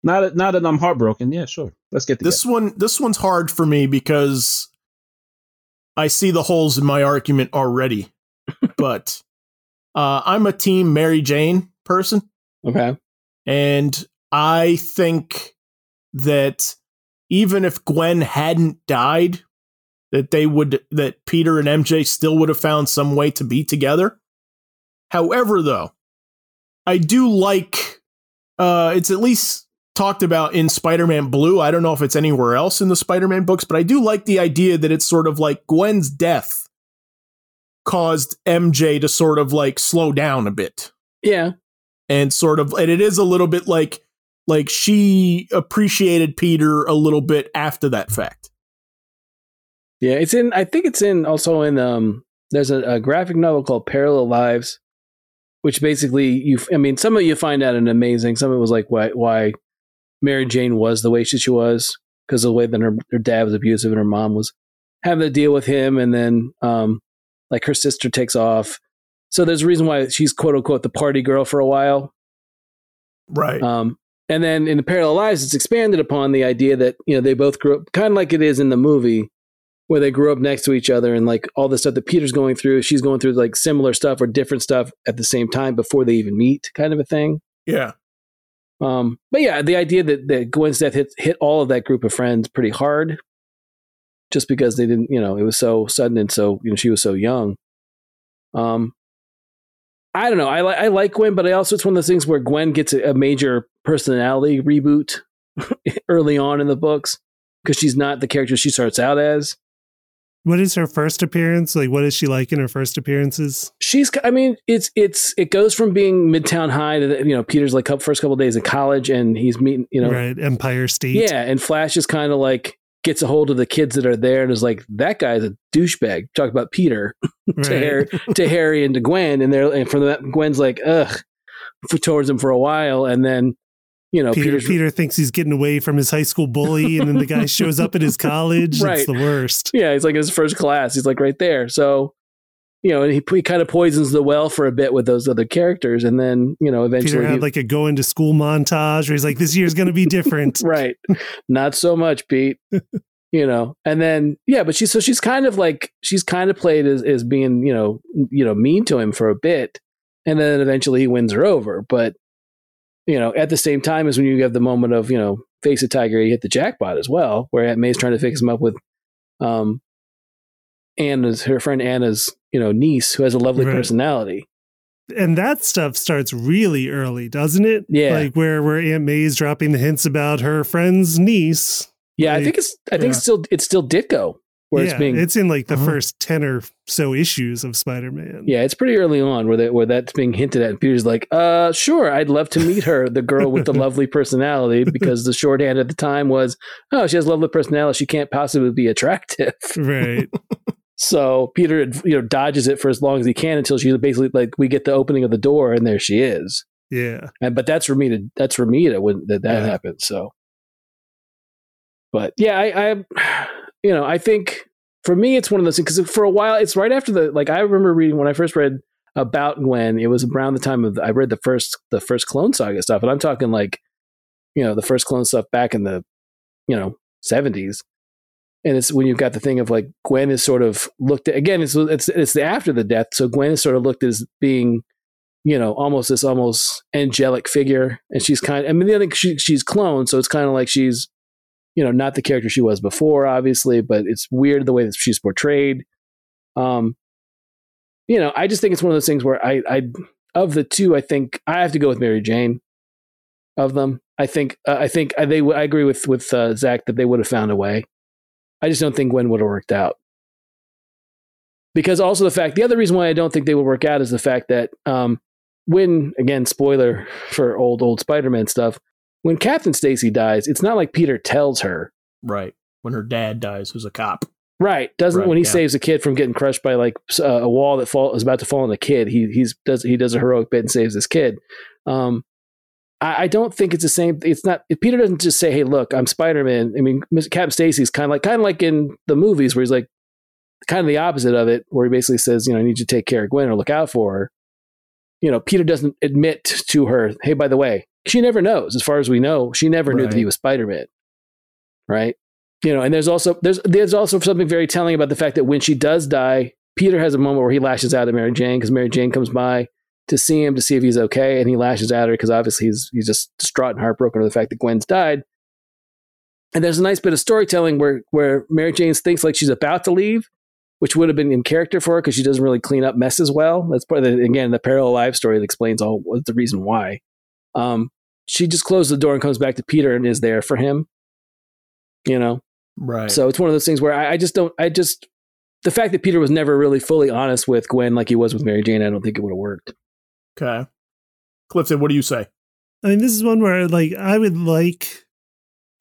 Now that now that I'm heartbroken, yeah, sure. Let's get together. This one this one's hard for me because I see the holes in my argument already. but uh, I'm a team Mary Jane person, Okay. and I think that even if Gwen hadn't died, that they would that Peter and MJ still would have found some way to be together. However, though, I do like uh it's at least talked about in Spider-Man Blue. I don't know if it's anywhere else in the Spider-Man books, but I do like the idea that it's sort of like Gwen's death caused MJ to sort of like slow down a bit Yeah. and sort of and it is a little bit like like she appreciated Peter a little bit after that fact. Yeah. It's in, I think it's in also in, um, there's a, a graphic novel called Parallel Lives, which basically you, I mean, some of you find out an amazing, some of it was like why, why Mary Jane was the way she, she was because of the way that her, her dad was abusive and her mom was having to deal with him. And then, um, like her sister takes off. So there's a reason why she's quote unquote the party girl for a while. Right. Um, and then in the parallel lives, it's expanded upon the idea that you know they both grew up kind of like it is in the movie, where they grew up next to each other and like all the stuff that Peter's going through, she's going through like similar stuff or different stuff at the same time before they even meet, kind of a thing. yeah. Um, but yeah, the idea that, that Gwen's death hit hit all of that group of friends pretty hard, just because they didn't, you know, it was so sudden and so you know she was so young. Um, I don't know. I like I like Gwen, but I also it's one of those things where Gwen gets a, a major personality reboot *laughs* early on in the books because she's not the character she starts out as. What is her first appearance? Like, what is she like in her first appearances? she's i mean it's it's it goes from being midtown high to you know peter's like first couple days in college and he's meeting you know right, Empire State. Yeah, and Flash is kind of like gets a hold of the kids that are there and is like, "That guy's a douchebag." Talk about Peter *laughs* right. to Harry, to Harry and to Gwen, and they're and from that Gwen's like, "Ugh," for, towards him for a while, and then you know Peter, Peter's Peter thinks he's getting away from his high school bully, and then the *laughs* guy shows up at his college. Right. It's the worst. yeah, he's like his first class. He's like right there. So you know, and he, he kind of poisons the well for a bit with those other characters, and then you know eventually Peter had he- like a going to school montage where he's like, "This year's going to be *laughs* different." right not so much pete you know and then yeah but she's so she's kind of like she's kind of played as, as being you know you know mean to him for a bit and then eventually he wins her over but you know at the same time is when you have the moment of you know face a tiger you hit the jackpot as well where Aunt may's trying to fix him up with um anna's her friend anna's you know niece who has a lovely Right. personality and that stuff starts really early, doesn't it? Yeah. like where where Aunt May's dropping the hints about her friend's niece. yeah i Like, think it's i think yeah. it's still it's still ditko where it's Yeah, being it's in like the Uh-huh. first ten or so issues of Spider Man. Yeah, it's pretty early on where that where that's being hinted at. And Peter's like, "Uh, sure, I'd love to meet her, the girl with the lovely personality," because the shorthand at the time was, "Oh, she has lovely personality. She can't possibly be attractive." Hmm. right. So Peter, you know, dodges it for as long as he can until she basically like we get the opening of the door and there she is. Yeah, And but that's Ramita. That's Ramita when that that Yeah. happened. So, but yeah, I, I, *sighs* you know, I think for me it's one of those things because for a while it's right after the like I remember reading when I first read about Gwen. It was around the time of I read the first the first Clone Saga stuff, and I'm talking like, you know, the first Clone stuff back in the, you know, seventies. And it's when you've got the thing of like Gwen is sort of looked at again. It's it's it's the after the death, so Gwen is sort of looked as being you know, almost this almost angelic figure. And she's kind I mean, the other thing, she, she's cloned. So it's kind of like she's, you know, not the character she was before, obviously, but it's weird the way that she's portrayed. Um, you know, I just think it's one of those things where I, I, of the two, I think I have to go with Mary Jane of them. I think, uh, I think I, they, w- I agree with, with uh, Zach that they would have found a way. I just don't think Gwen would have worked out. Because also the fact, the other reason why I don't think they would work out is the fact that, um, when again spoiler for old old spider-man stuff when captain stacy dies it's not like peter tells her Right. When her dad dies, who's a cop. right doesn't Right, when he yeah. saves a kid from getting crushed by like s- uh, a wall that fall is about to fall on a kid he he's does he does a heroic bit and saves this kid um I, I don't think it's the same it's not if peter doesn't just say hey look i'm spider-man i mean Mr. captain stacy's kind of like kind of like in the movies where he's like kind of the opposite of it where he basically says you know i need you to take care of gwen or look out for her you know, Peter doesn't admit to her, hey, by the way, she never knows. As far as we know, she never knew that Right. he was Spider Man. Right. You know, and there's also there's there's also something very telling about the fact that when she does die, Peter has a moment where he lashes out at Mary Jane because Mary Jane comes by to see him to see if he's okay, and he lashes at her because obviously he's he's just distraught and heartbroken over the fact that Gwen's died. And there's a nice bit of storytelling where where Mary Jane thinks like she's about to leave, which would have been in character for her because she doesn't really clean up mess as well. That's part of the, again the parallel life story that explains all what the reason why. Um, she just closes the door and comes back to Peter and is there for him. You know, Right. so it's one of those things where I, I just don't. I just the fact that Peter was never really fully honest with Gwen like he was with Mary Jane. I don't think it would have worked. okay. Clifton, what do you say? I mean, this is one where like I would like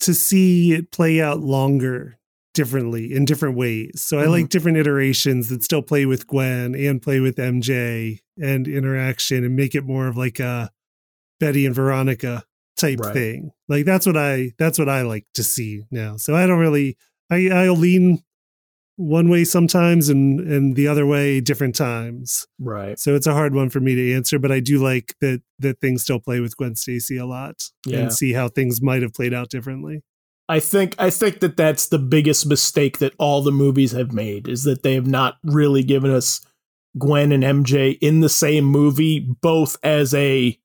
to see it play out longer, differently, in different ways. So I Mhm. like different iterations that still play with Gwen and play with MJ and interaction and make it more of like a Betty and Veronica type Right. thing. Like that's what I that's what I like to see now. So I don't really I I'll lean one way sometimes and and the other way different times. Right. So it's a hard one for me to answer, but I do like that that things still play with Gwen Stacy a lot Yeah. and see how things might have played out differently. I think I think that that's the biggest mistake that all the movies have made is that they have not really given us Gwen and MJ in the same movie both as a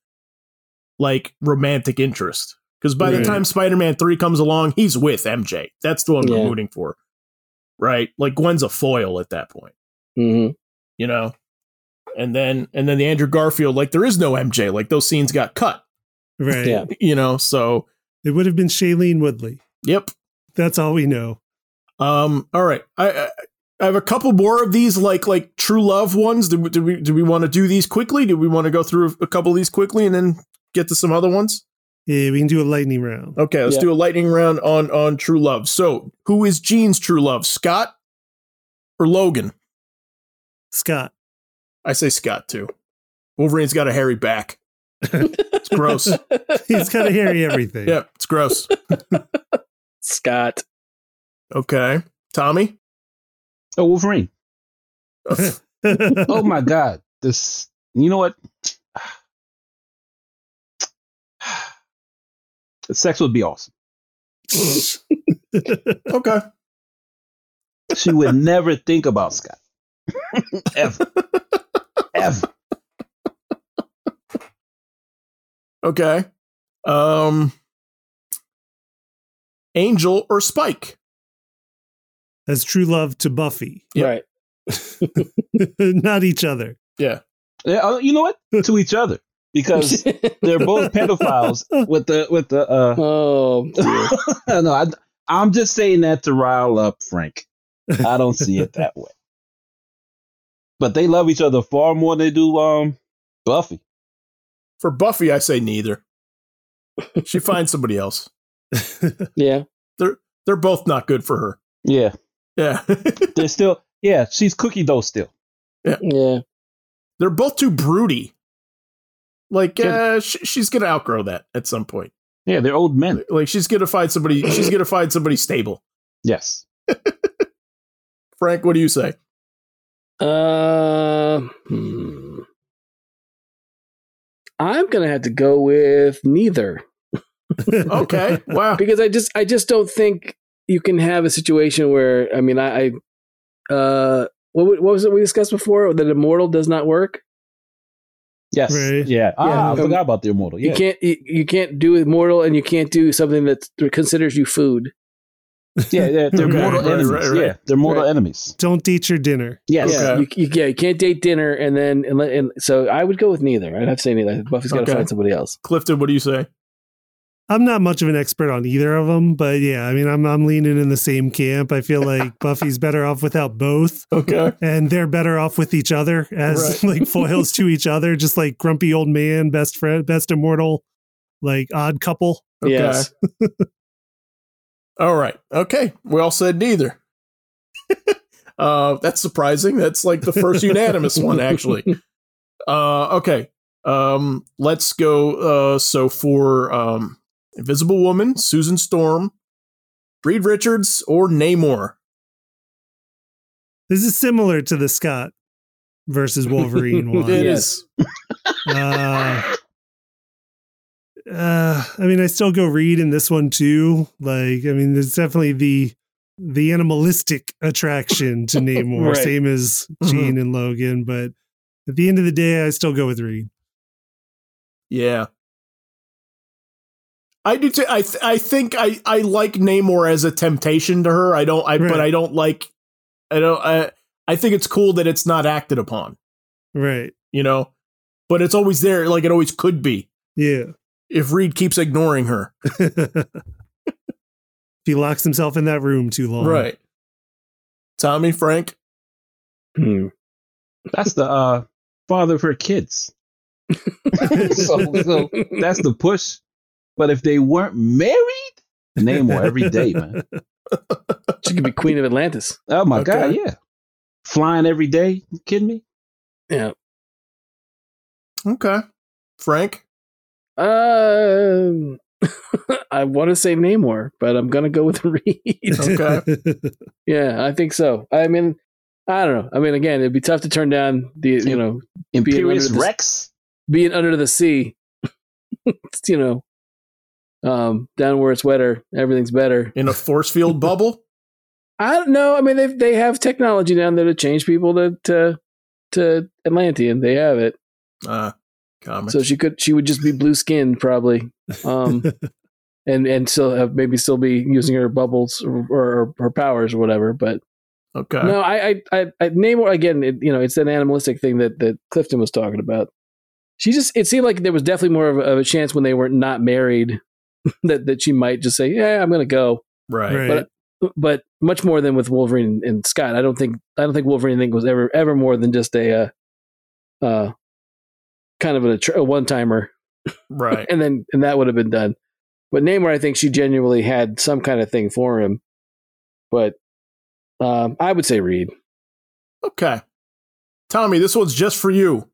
like romantic interest. Cuz by the Right. time Spider-Man 3 comes along, he's with MJ. That's the one Yeah. we're rooting for. Right? Like Gwen's a foil at that point, Mm-hmm. you know. And then and then the Andrew Garfield like there is no MJ. Like those scenes got cut, Right. Yeah. *laughs* you know. So, It would have been Shailene Woodley. yep. That's all we know. Um. All right. I, I I have a couple more of these like like true love ones. Do, we- do we do we want to do these quickly? Do we want to go through a couple of these quickly and then get to some other ones? Yeah, we can do a lightning round. Okay. Let's Yeah. do a lightning round on on true love. So who is Jean's true love? Scott or Logan? Scott. I say Scott too. Wolverine's got a hairy back. it's gross. He's kind of *laughs* hairy everything. Yeah, it's gross. *laughs* Scott. Okay. Tommy. Oh, Wolverine. *laughs* Oh my God. This. You know what? *sighs* The sex would be awesome. Okay. She would never think about Scott. *laughs* Ever. Ever. Okay. Um. Angel or Spike? *laughs* As true love to Buffy. *laughs* Yeah. Right. Not each other. *laughs* Yeah, uh, You know what? *laughs* To each other. Because they're both pedophiles with the with the uh *laughs* oh, dear. no, I, I'm just saying that to rile up Frank. I don't see it that way. But they love each other far more than they do um Buffy. For Buffy, I say neither. She finds somebody else. yeah. They're both not good for her. Yeah, Yeah. *laughs* they're still yeah. She's cookie dough still. Yeah. They're both too broody. Like uh, sh- she's gonna outgrow that at some point. Yeah, they're old men. Like she's gonna find somebody. She's gonna find somebody stable. Yes, Frank, what do you say? Uh, hmm. I'm gonna have to go with neither Okay. *laughs* Wow. because I just I just don't think you can have a situation where I mean I, I uh what wa- what was it we discussed before that immortal does not work yes, Right. yeah. Ah, I Yeah. forgot about the immortal. Yeah, you can't you, you can't do immortal and you can't do something that considers you food yeah, yeah. They're Right, mortal right, enemies. right, right. Yeah, they're mortal Right. enemies. Don't date your dinner. Yes, yeah Okay. you, you, yeah you can't date dinner and then and, let- and so I would go with neither I'd have to say neither Buffy's got to Okay. find somebody else Clifton, what do you say? I'm not much of an expert on either of them, but yeah, I mean, I'm I'm leaning in the same camp. I feel *laughs* like Buffy's better off without both. Okay. and they're better off with each other as *laughs* like foils to each other, just like grumpy old man, best friend, best immortal, like odd couple. Okay. yes All right. Okay. We all said neither. *laughs* uh, that's surprising. That's like the first unanimous one, actually. Uh, okay. Um, let's go. Uh, so for um, Invisible Woman, Susan Storm, Reed Richards, or Namor. This is similar to the Scott versus *laughs* Wolverine It one. Yeah. is- Uh, uh, I mean, I still go Reed in this one too. Like, I mean, there's definitely the the animalistic attraction *laughs* to Namor, Right. same as Uh-huh. Gene and Logan. But at the end of the day, I still go with Reed. Yeah. I do too. I th- I think I I like Namor as a temptation to her. I don't. I Right. but I don't like. I don't. I I think it's cool that it's not acted upon. Right. You know, but it's always there. Like it always could be Yeah. if Reed keeps ignoring her. if *laughs* he locks himself in that room too Uh-huh. long. Right. Tommy Frank. *laughs* Hmm. *laughs* That's the uh, father of her kids. so, so that's the push. But if they weren't married, Namor every day, man. She could be queen of Atlantis. Oh my god, Okay. yeah. Flying every day? You kidding me? Yeah. Okay. Frank. Um, *laughs* I want to say Namor, but I'm gonna go with *laughs* Reed. Okay. *laughs* yeah, I think so. I mean, I don't know. I mean, again, it'd be tough to turn down the you know Imperious under this- Rex. being under the sea. *laughs* It's, you know, um, down where it's wetter, everything's better. in a force *laughs* field bubble. I don't know. I mean, they they have technology down there to change people to to to Atlantean. They have it, Uh, comic. so she could she would just be blue skinned probably, *laughs* um, and and still have maybe still be using her bubbles or, or her powers or whatever. But okay. no, I I I, I Namor again. It, you know, it's an animalistic thing that that Clifton was talking about. She just it seemed like there was definitely more of a, of a chance when they were not married *laughs* that that she might just say, yeah, I'm gonna go. Right. Right. But- but much more than with Wolverine and Scott. I don't think I don't think Wolverine thing was ever ever more than just a uh, uh kind of a, a one timer, Right. *laughs* and then and that would have been done. But Namor, I think she genuinely had some kind of thing for him. But um, I would say Reed. Okay. Tommy, this one's just for you.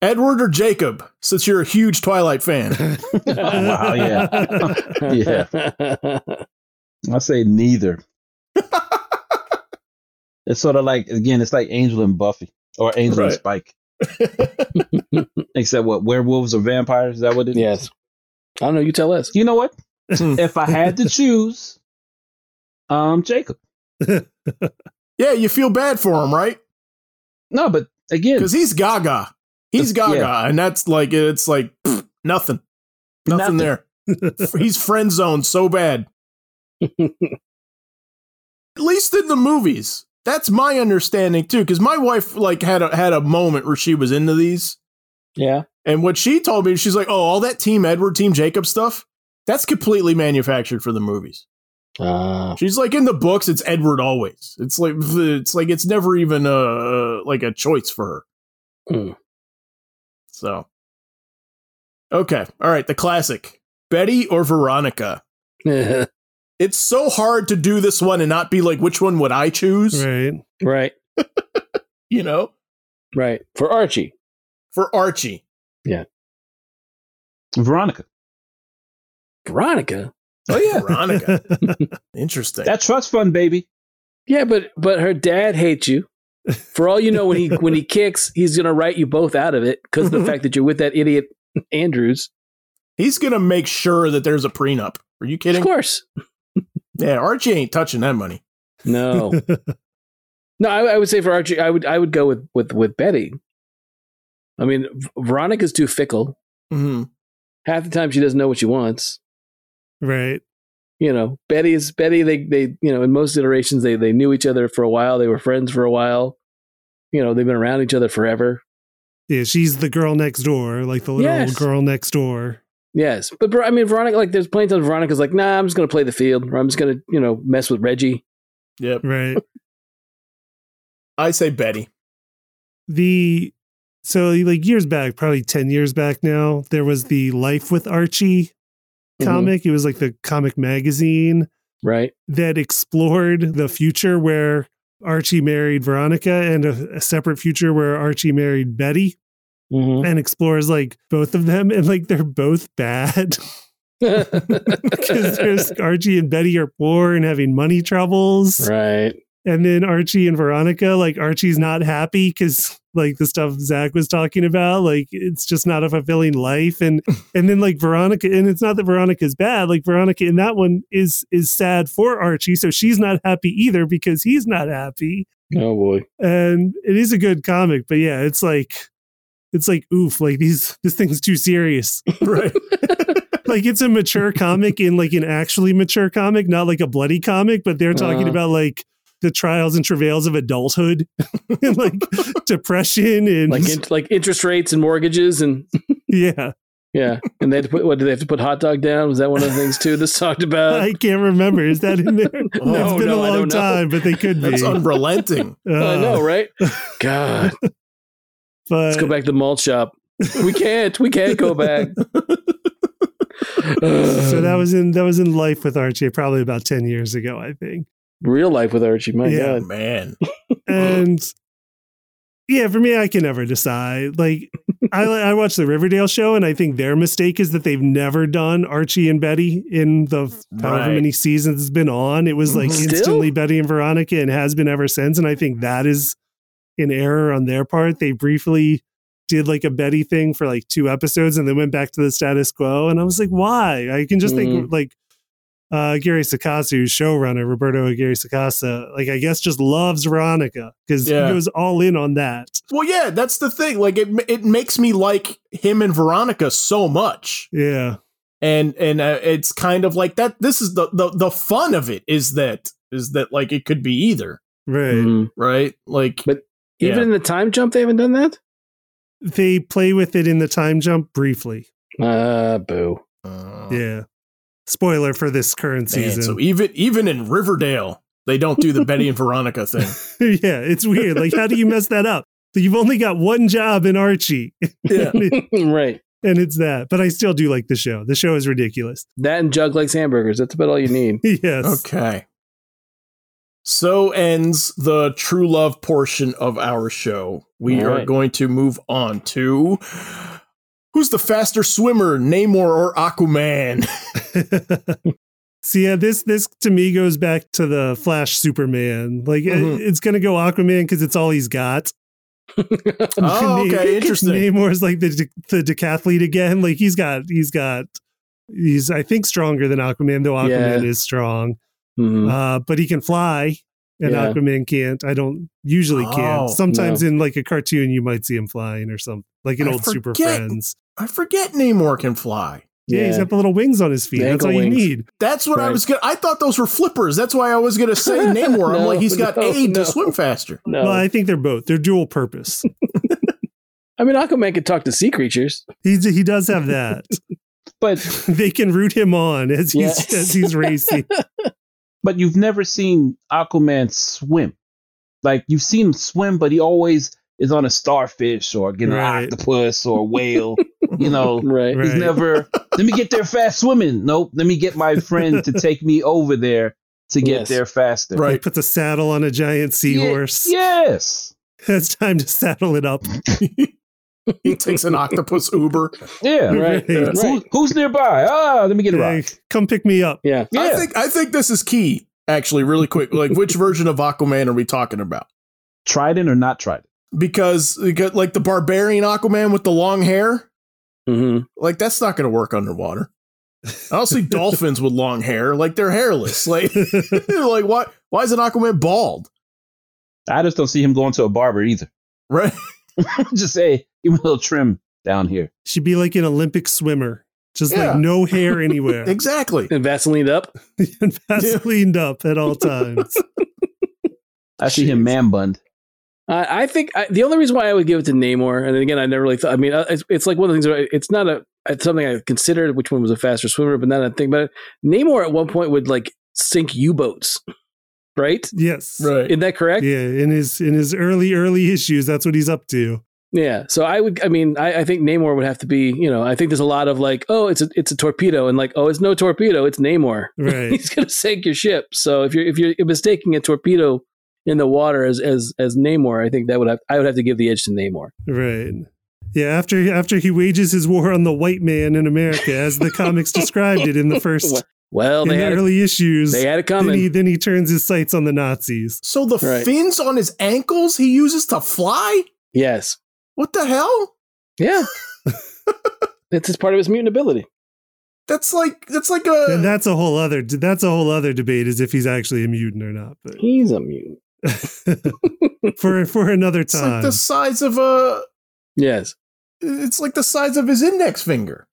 Edward or Jacob, since you're a huge Twilight fan. *laughs* wow, yeah. Yeah. I say neither. It's sort of like again, it's like Angel and Buffy or Angel and Right. Spike. Except what werewolves or vampires? Is that what it is? yes. I don't know. You tell us. You know what? Hmm. if I had to choose, um, Jacob. yeah, you feel bad for him, right? No, but again, Because he's Gaga. He's Yeah. Gaga, and that's like it's like pfft, nothing, nothing, Nothing. there. he's friend zoned so bad. At least in the movies, that's my understanding too. Because my wife like had a had a moment where she was into these, Yeah. and what she told me, she's like, "Oh, all that Team Edward, Team Jacob stuff, that's completely manufactured for the movies." *laughs* Uh, She's like, "In the books, it's Edward always. It's like *laughs* it's like it's never even a like a choice for her." Hmm. mm. So, okay, all right, the classic Betty or Veronica. It's so hard to do this one and not be like, which one would I choose? *laughs* right. right. You know, Right. For Archie. for Archie. Veronica. Veronica. Oh yeah, Veronica. *laughs* Interesting. that trust fund baby. Yeah, but but her dad hates you. For all you know, *laughs* when he when he kicks, he's gonna write you both out of it because the fact that you're with that idiot Andrews. He's gonna make sure that there's a prenup. Are you Of kidding? course, Yeah, Archie ain't touching that money. no, *laughs* no. I, I would say for Archie, I would I would go with with with Betty. I mean, V- Veronica's too fickle. hmm Half the time, she doesn't know what she wants. right. You know, Betty is Betty. They they you know, in most iterations, they they knew each other for a while. They were friends for a while. You know, they've been around each other forever. Yeah, she's the girl next door, like the little Yes. girl next door. Yes, but Ver- I mean Veronica. Like, there's plenty of times Veronica's like, "Nah, I'm just gonna play the field, or I'm just gonna, you know, mess with Reggie." Yep. Right. I say Betty. *laughs* the so like years back, probably 10 years back now, there was the Life with Archie Mhm. comic. It was like the comic magazine Right? that explored the future where Archie married Veronica and a, a separate future where Archie married Betty *laughs* Mm-hmm. and explores like both of them and like they're both bad *laughs* because there's Archie and Betty are poor and having money troubles. *laughs* right. and then Archie and Veronica, like Archie's not happy because like the stuff Zach was talking about, like it's just not a fulfilling life, and and then like Veronica, and it's not that Veronica's bad, like Veronica in that one is is sad for Archie, so she's not happy either because he's not happy, Oh boy. and it is a good comic, but *laughs* yeah, it's like it's like oof, like these this thing's too serious. Right. like it's a mature comic in like an actually mature comic, not like a bloody comic, but they're talking Uh. about like the trials and travails of adulthood *laughs* and *laughs* like depression and like in, like interest rates and mortgages and *laughs* yeah. yeah. And they had to put what did they have to put hot dog down? Was that one of the things too that's *laughs* talked about? I can't remember. Is that *laughs* in there? No, it's been a Uh, Oh, no, I long don't know. time, but they could be. That's unrelenting. I Uh, know, *laughs* right? God, But let's go back to the malt shop. We can't. We can't go back. *laughs* so *sighs* that was in that was in life with Archie probably about 10 years ago, I think. real life with Archie. My Yeah. Oh, God. man. And yeah, for me I can never decide. Like I I watch the Riverdale show and I think their mistake is that they've never done Archie and Betty in the however Right. many seasons it's been on. It was like Still? instantly Betty and Veronica and has been ever since and I think that is an error on their part. They briefly did like a Betty thing for like two episodes and then went back to the status quo. And I was like, why? I can just think Mhm. like uh, Gary Sacasa, who's showrunner, Roberto Gary Sacasa, like I guess just loves Veronica because Yeah. he goes all in on that. Well, yeah, that's the thing. Like it, it makes me like him and Veronica so much, Yeah. and and uh, it's kind of like that. This is the, the the fun of it is that is that like it could be either, Right. Mm-hmm. Mhm. right? Like But- Even Yeah. in the time jump, they haven't done that. They play with it in the time jump briefly. Ah, boo. *clears throat* uh, Yeah. Spoiler for this current man, season. so even even in Riverdale, they don't do the Betty and Veronica thing. *laughs* yeah, it's weird. Like, how do you mess that up? So you've only got one job in Archie, *laughs* Yeah, right. and it's that. But I still do like the show. The show is ridiculous. *laughs* That and Jug likes hamburgers. That's about all you need. yes. okay. So ends the true love portion of our show. We All are right. going to move on to who's the faster swimmer, Namor or Aquaman? *laughs* so yeah, this this to me goes back to the Flash Superman. Like it- Mhm. it's gonna go Aquaman because it's all he's got. *laughs* *laughs* Oh, Name- okay, interesting. Namor's like the de- the decathlete again. Like he's got he's got he's I think stronger than Aquaman, though Aquaman Yeah. is strong. Mhm. Uh, but he can fly, and Yeah. Aquaman can't. I don't usually Oh, can't. Sometimes in like a cartoon, you might see him flying or something, like in I old Super forget. Friends. I forget Namor can fly. Yeah, he's got the little wings on his feet. The That's all ankle you wings. need. That's what I Right. was gonna. I thought those were flippers. That's why I was gonna say Namor. I'm No, like he's got no, aid no. to swim faster. no. Well, I think they're both. They're dual purpose. I mean, Aquaman could talk to sea creatures. He's, he does have that. *laughs* But they can root him on as he's Yes. as he's racing. but you've never seen Aquaman swim. Like you've seen him swim, but he always is on a starfish or getting Right. an octopus or a whale. you know, Right. Right. he's never. Let me get there fast swimming. Nope. Let me get my friend to take me over there to get Yes. there faster. He Right. puts a saddle on a giant seahorse. Yes. *laughs* It's time to saddle it up. He takes an octopus Uber. *laughs* Yeah. Right. Right. Right. Who- who's nearby? Ah, let me get a Hey, rock. come pick me up. *laughs* Yeah. Yeah. I think I think this is key. Actually, really quick, like which version of Aquaman are we talking about? Trident or not Trident? Because you got, like the barbarian Aquaman with the long hair, hmm like that's not going to work underwater. I don't see dolphins with long hair, like they're hairless. Like, *laughs* like why? Why is an Aquaman bald? I just don't see him going to a barber either. *laughs* Right? just say, give him a little trim down here. Should be like an Olympic swimmer. Just Yeah. like no hair *laughs* anywhere. *laughs* Exactly. And Vaseline up. and Vaseline up at all *laughs* times. I see him Jeez. man bunned. I, I think I, the only reason why I would give it to Namor, and again, I never really thought. I mean, uh, it's, it's like one of the things. Where I- it's not a it's something I considered which one was a faster swimmer, but now that I think about it, Namor at one point would like sink U boats, right? Yes. Right. Isn't that correct? Yeah, in his in his early early issues, that's what he's up to. Yeah. So I would. I mean, I, I think Namor would have to be. You know, I think there's a lot of like, oh, it's a it's a torpedo, and like, oh, it's no torpedo, it's Namor. *laughs* Right. He's gonna sink your ship. So if you're if you're mistaking a torpedo in the water as as as Namor, I think that would have I would have to give the edge to Namor. right. Yeah, after after he wages his war on the white man in America, as the comics described it in the first Well, in they the had, it, early issues. they had it then he coming. then he turns his sights on the Nazis. So the Right. fins on his ankles he uses to fly? Yes. What the hell? *laughs* Yeah. That's just part of his mutant ability. That's like that's like a Uh. And that's a whole other that's a whole other debate is if he's actually a mutant or not. But He's a mutant. for for another *laughs* it's like time. the size of a Yes. it's like the size of his index finger.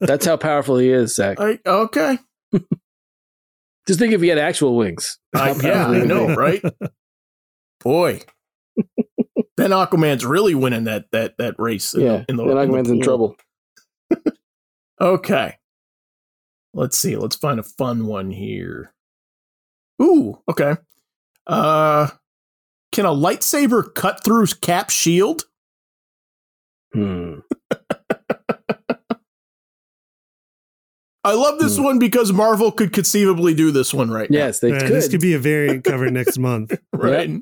That's how powerful he is, Zach. I, okay. Just think if he had actual wings. *laughs* I, yeah, How powerful I he'd know, be. right? *laughs* Boy, then Aquaman's really winning that that that race. in- Yeah, in the, then Aquaman's in pool. trouble. Okay, let's see. Let's find a fun one here. Ooh, okay. Uh, can a lightsaber cut through Cap shield? Hmm. I love this Hmm. one because Marvel could conceivably do this one right now. Yes, they Man, could. This could be a variant cover next month. right.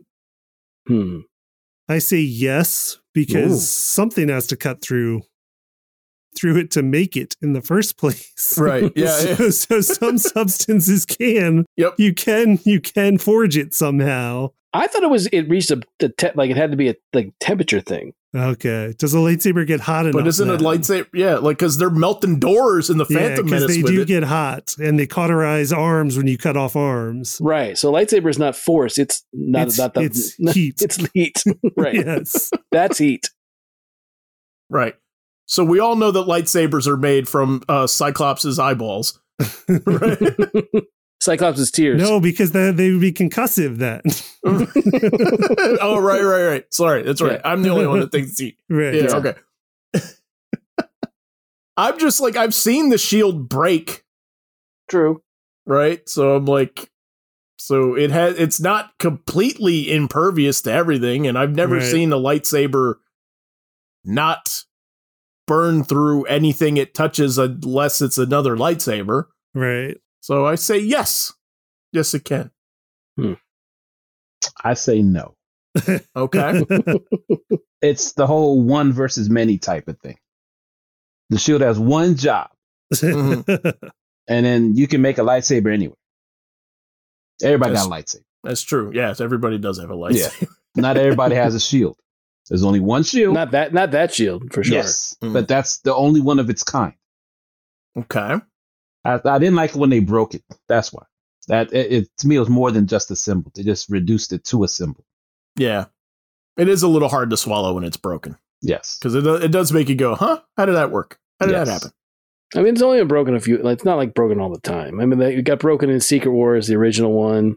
Hmm. I say yes because Ooh. something has to cut through through it to make it in the first place. *laughs* Right. *laughs* Yeah. so, so some substances can. Yep. You can you can forge it somehow. I thought it was it reached a the te- like it had to be a like temperature thing. Okay. Does a lightsaber get hot *laughs* enough? *laughs* But isn't then? it lightsaber? Yeah, like because they're melting doors in the Yeah, Phantom because Menace they with do it. get hot and they cauterize arms when you cut off arms. Right. So lightsaber is not force, it's not it's, *laughs* not *laughs* the it's no, heat. it's heat. right. Yes. That's heat. right. So we all know that lightsabers are made from uh, *laughs* Cyclops' eyeballs. Right. *laughs* Cyclops' tears. no, because that they would be concussive then. oh, right, right, right. Sorry, that's right. I'm the only one that *laughs* thinks he. right. Yeah, *laughs* okay. I'm just like I've seen the shield break, True. right? So I'm like, so it has. It's not completely impervious to everything, and I've never Right. seen a lightsaber not burn through anything it touches unless it's another lightsaber. Right. So I say yes, yes it can. I say no. Okay, It's the whole one versus many type of thing. The shield has one job, and then you can make a lightsaber anywhere. Everybody got a lightsaber. that's true. Yes, everybody does have a lightsaber. *laughs* Not everybody has a shield. There's only one shield. Not that not that shield for sure. Yes, Mm. but that's the only one of its kind. Okay. I, I didn't like it when they broke it. That's why. That it, it to me it was more than just a symbol. They just reduced it to a symbol. Yeah. It is a little hard to swallow when it's broken Yes. because it, it does make you go, huh? How did that work? How did Yes. that happen? I mean, it's only been broken a few. Like, it's not like broken all the time. I mean, they, it got broken in Secret Wars, the original one.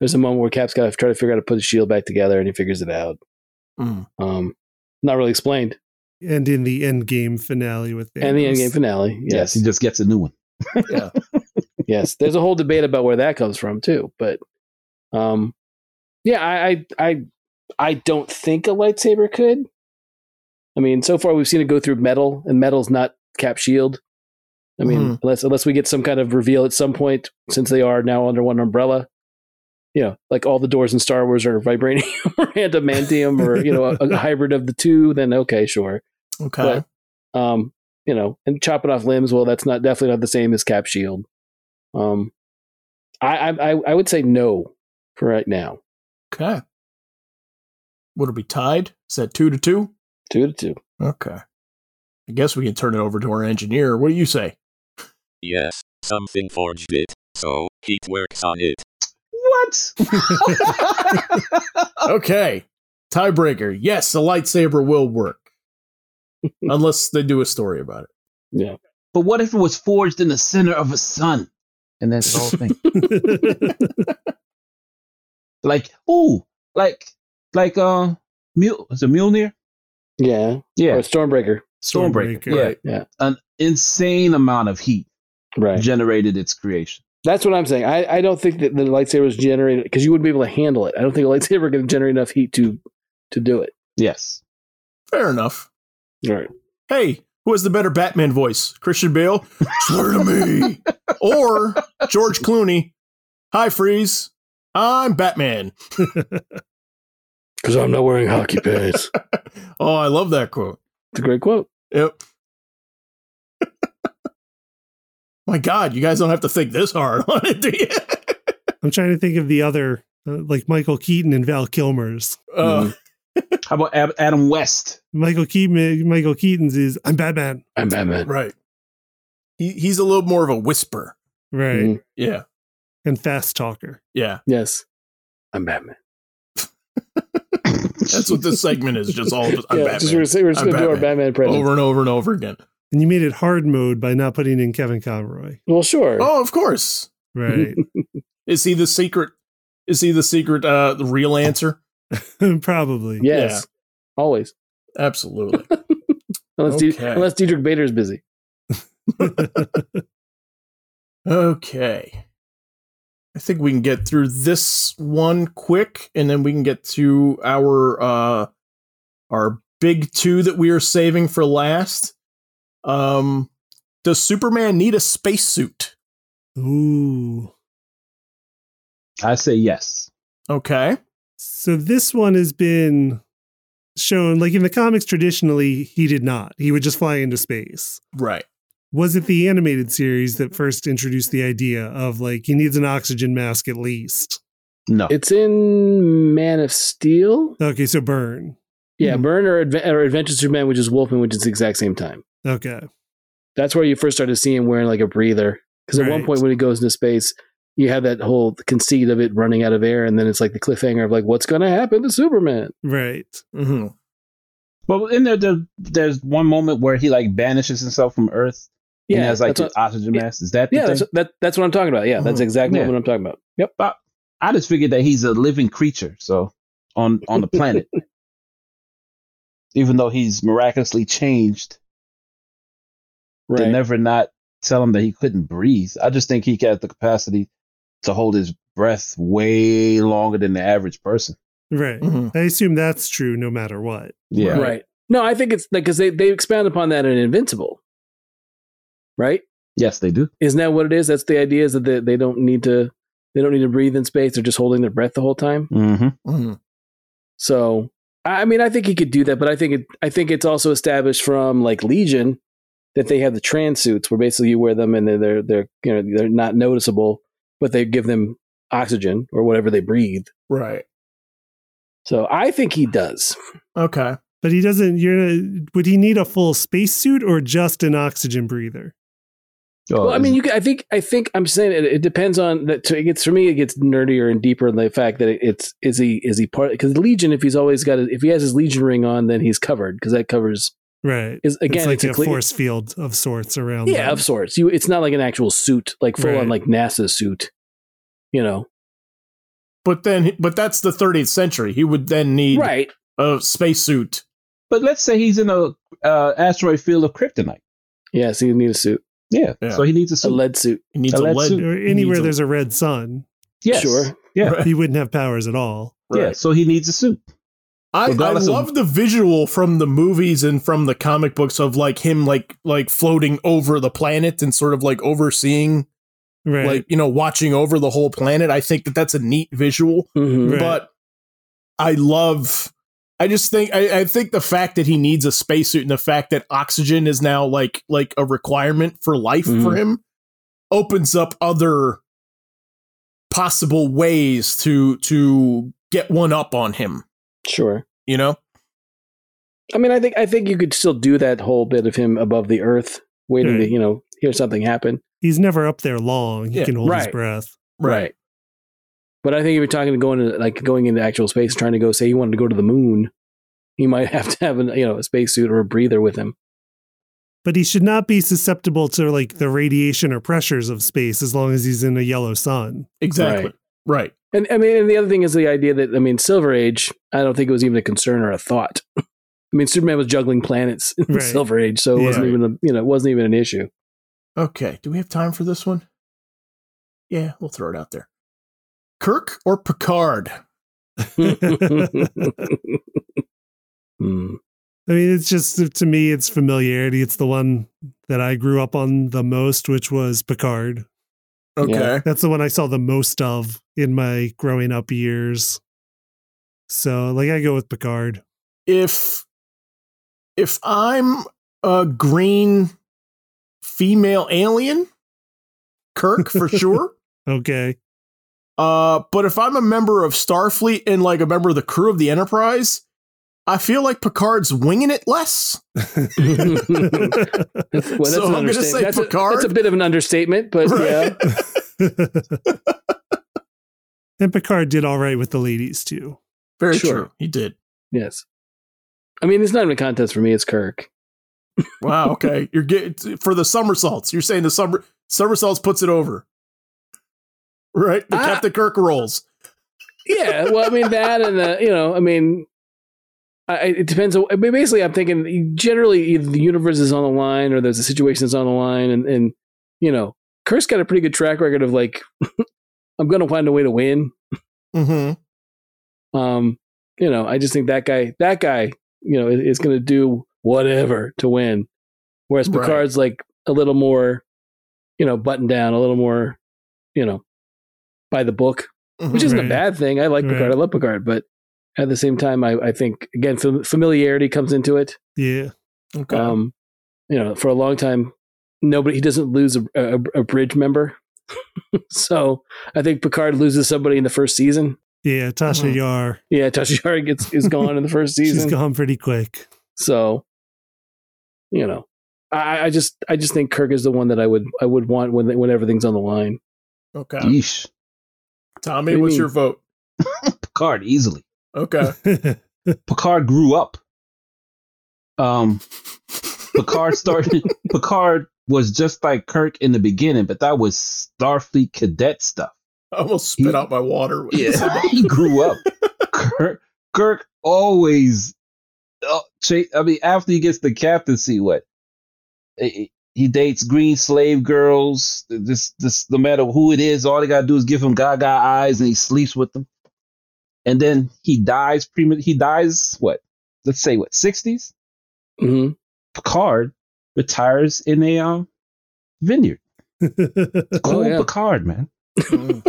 There's a moment where Cap's got to try to figure out how to put his shield back together, and he figures it out. Mm. Um, not really explained. *laughs* and in the end game finale with Thanos. And the endgame finale. Yes. Yes, He just gets a new one. yes. There's a whole debate about where that comes from too. But, um, yeah, I, I, I, I don't think a lightsaber could. I mean, so far we've seen it go through metal, and metal's not Cap shield. I mean, Mhm. unless unless we get some kind of reveal at some point, since they are now under one umbrella. You know, like all the doors in Star Wars are vibranium *laughs* or adamantium or you know a, a hybrid of the two. Then okay, sure. Okay. But- um, you know, and chopping off limbs. Well, that's not definitely not the same as cap shield. Um, I I I- I would say no for right now. okay. Would it be tied? Is that two to two? Two to two. Okay. I guess we can turn it over to our engineer. What do you say? Yes, something forged it, so heat works on it. *laughs* What? okay. Tiebreaker. Yes, the lightsaber will work. Unless they do a story about it. Yeah. but what if it was forged in the center of a sun? And that's the whole thing. *laughs* like, ooh, like like uh Mule is it Mjolnir? Yeah. Or Yeah. Stormbreaker. Stormbreaker. Stormbreaker. Yeah. Right. Yeah. An insane amount of heat Right. generated its creation. That's what I'm saying. I, I don't think that the lightsaber was generated because you wouldn't be able to handle it. I don't think a lightsaber can generate enough heat to to do it. Yes. Fair enough. All right. hey, who has the better Batman voice? Christian Bale? Swear to me. Or George Clooney. Hi, Freeze. I'm Batman. *laughs* Because I'm not wearing hockey pads. Oh, I love that quote. *laughs* it's a great quote. Yep. My God, you guys don't have to think this hard on it, do you? *laughs* I'm trying to think of the other uh, like Michael Keaton and Val Kilmer's. Mm-hmm. Uh, How about Ab- Adam *coughs* West? Michael Keaton Michael Keaton's is I'm Batman. I'm Batman. Right. He, he's a little more of a whisper. Right. Mhm. Yeah. And fast talker. Yeah. Yes. I'm Batman. That's what this segment is just all just, I'm yeah, Batman. just we're, we're just I'm gonna do our Batman. Batman presence. over and over and over again. And you made it hard mode by not putting in Kevin Conroy. Well, sure. Oh, of course. Right. *laughs* Is he the secret? Is he the secret? Uh, the real answer? Probably. yes. Always. Absolutely. Unless, Okay. De- unless Diedrich Bader's busy. Okay. I think we can get through this one quick and then we can get to our uh our big two that we are saving for last. Um does Superman need a spacesuit? *laughs* Ooh. I say yes. Okay. So this one has been shown like in the comics traditionally he did not. He would just fly into space. Right. Was it the animated series that first introduced the idea of like he needs an oxygen mask at least? No. It's in Man of Steel. Okay, so burn. Yeah, Mhm. Burn or, Adve- or Adventure Superman, which is Wolfman, which is the exact same time. Okay. That's where you first started seeing him wearing like a breather. Because at one Right. point when he goes into space, you have that whole conceit of it running out of air, and then it's like the cliffhanger of like, what's going to happen to Superman? Right. hmm But in there, there, there's one moment where he like banishes himself from Earth and has like that's the what, oxygen yeah. mask. Is that the yeah, thing? that's, that, that's what I'm talking about. Mm-hmm. Yeah, that's Mhm. exactly Yeah. what I'm talking about. Yep. I just figured that he's a living creature, so on on *laughs* the planet. Even though he's miraculously changed, they Right. never not tell him that he couldn't breathe. I just think he has the capacity to hold his breath way longer than the average person. Right. hmm I assume that's true no matter what. Yeah. Right. No, I think it's like because they they expound upon that in Invincible. Right? Yes, they do. Isn't that what it is? That's the idea is that they, they don't need to they don't need to breathe in space. They're just holding their breath the whole time. Mm-hmm. hmm So I I mean, I think he could do that, but I think it I think it's also established from like Legion that they have the trans suits where basically you wear them and they're they're, they're you know they're not noticeable, but they give them oxygen or whatever they breathe. Right. So I think he does. Okay. But he doesn't you're would he need a full spacesuit or just an oxygen breather? Well, Oh, I mean, you. Could, I think. I think I'm saying it, it depends on that. It gets for me. It gets nerdier and deeper in the fact that it, it's is he is he part because Legion. If he's always got a, if he has his Legion ring on, then he's covered because that covers Right. is again it's like a, cle- force field of sorts around. Yeah, them. of sorts. You. It's not like an actual suit, like full Right. on like NASA suit. You know, But then but that's the 30th century. He would then need right? a spacesuit. but let's say he's in a uh, asteroid field of kryptonite. Yeah, so you need a suit, Yeah. Yeah. So he needs a a suit. lead suit. He needs A a lead lead suit. Or he needs anywhere a- there's a red sun, yes. Sure. Yeah. Right. he wouldn't have powers at all. Yeah. So he needs a suit. I, I Regardless of- love the visual from the movies and from the comic books of like him like like floating over the planet and sort of like overseeing Right. like you know watching over the whole planet. I think that that's a neat visual, Mhm. Right. but I love I just think I, I think the fact that he needs a spacesuit and the fact that oxygen is now like like a requirement for life for Mhm. him opens up other possible ways to to get one up on him, Sure. you know? I mean, I think I think you could still do that whole bit of him above the Earth, waiting to Right. you know hear something happen. He's never up there long. He Yeah, can hold his right. breath. Right. But I think if you're talking to going into like going into actual space, trying to go say you wanted to go to the moon, you might *laughs* have to have an you know a spacesuit or a breather with him. But he should not be susceptible to like the radiation or pressures of space as long as he's in a yellow sun. Exactly. Right. And I mean, and the other thing is the idea that I mean, Silver Age. I don't think it was even a concern or a thought. *laughs* I mean, Superman was juggling planets *laughs* in the Right. Silver Age, so it wasn't Yeah. even a, you know it wasn't even an issue. *laughs* Okay. Do we have time for this one? Yeah, we'll throw it out there. Kirk or Picard? Hmm. I mean, it's just to me, it's familiarity. It's the one that I grew up on the most, which was Picard. Okay. Yeah. That's the one I saw the most of in my growing up years. So, like, I go with Picard. If if I'm a green female alien, Kirk *laughs* for sure. *laughs* Okay. *laughs* Uh, but if I'm a member of Starfleet and like a member of the crew of the Enterprise, I feel like Picard's winging it less. That's- well, that's So an I'm gonna understatement. say that's, a, Picard. that's a bit of an understatement, but yeah, *laughs* Right? and Picard did all right with the ladies, too. Very Sure. true. He did. yes. I mean, it's not even a contest for me. It's Kirk. Wow. Okay. You're getting for the somersaults. You're saying the summer somersaults puts it over, right? The Ah. Captain Kirk rolls. yeah, well, I mean that, and the you know, I mean, I, I- it depends. on I mean, basically, I'm thinking generally either the universe is on the line or there's a situation that's on the line, and and you know, Kirk's got a pretty good track record of like, *laughs* I'm gonna find a way to win. Mm-hmm. Um, you know, I just think that guy, that guy, you know, is, is gonna do whatever to win, whereas Right. Picard's like a little more, you know, buttoned down, a little more, you know, by the book which isn't Right. a bad thing. I like Right. Picard. I love Picard, but at the same time, I, I think again fam- familiarity comes into it. Yeah. mm-hmm. Okay. Um, you know, for a long time, nobody he doesn't lose a, a, a bridge member. *laughs* so I think Picard loses somebody in the first season. Yeah. Tasha Mhm. Yar. Yeah, *laughs* Tasha gets *laughs* is gone in the first She's Mm-hmm. season. gone pretty quick. So you know, I, I just I just think Kirk is the one that I would I would want when when everything's on the line. okay. Yeesh. Tommy, What do you what's mean? your vote? Picard easily. *laughs* Okay. Picard grew up. Um, Picard started. Picard was just like Kirk in the beginning, but that was Starfleet cadet stuff. I almost spit He- out my water. when you said Yeah, that. he grew up. Kirk, Kirk always. Uh, cha- I mean, after he gets the captaincy, what he he dates green slave girls. This, this, no matter who it is, all they gotta do is give him Gaga eyes, and he sleeps with them. And then he dies. Prema- he dies. What? Let's say what? Sixties. hmm Picard retires in a um, vineyard. Cool yeah. Picard, man. *laughs*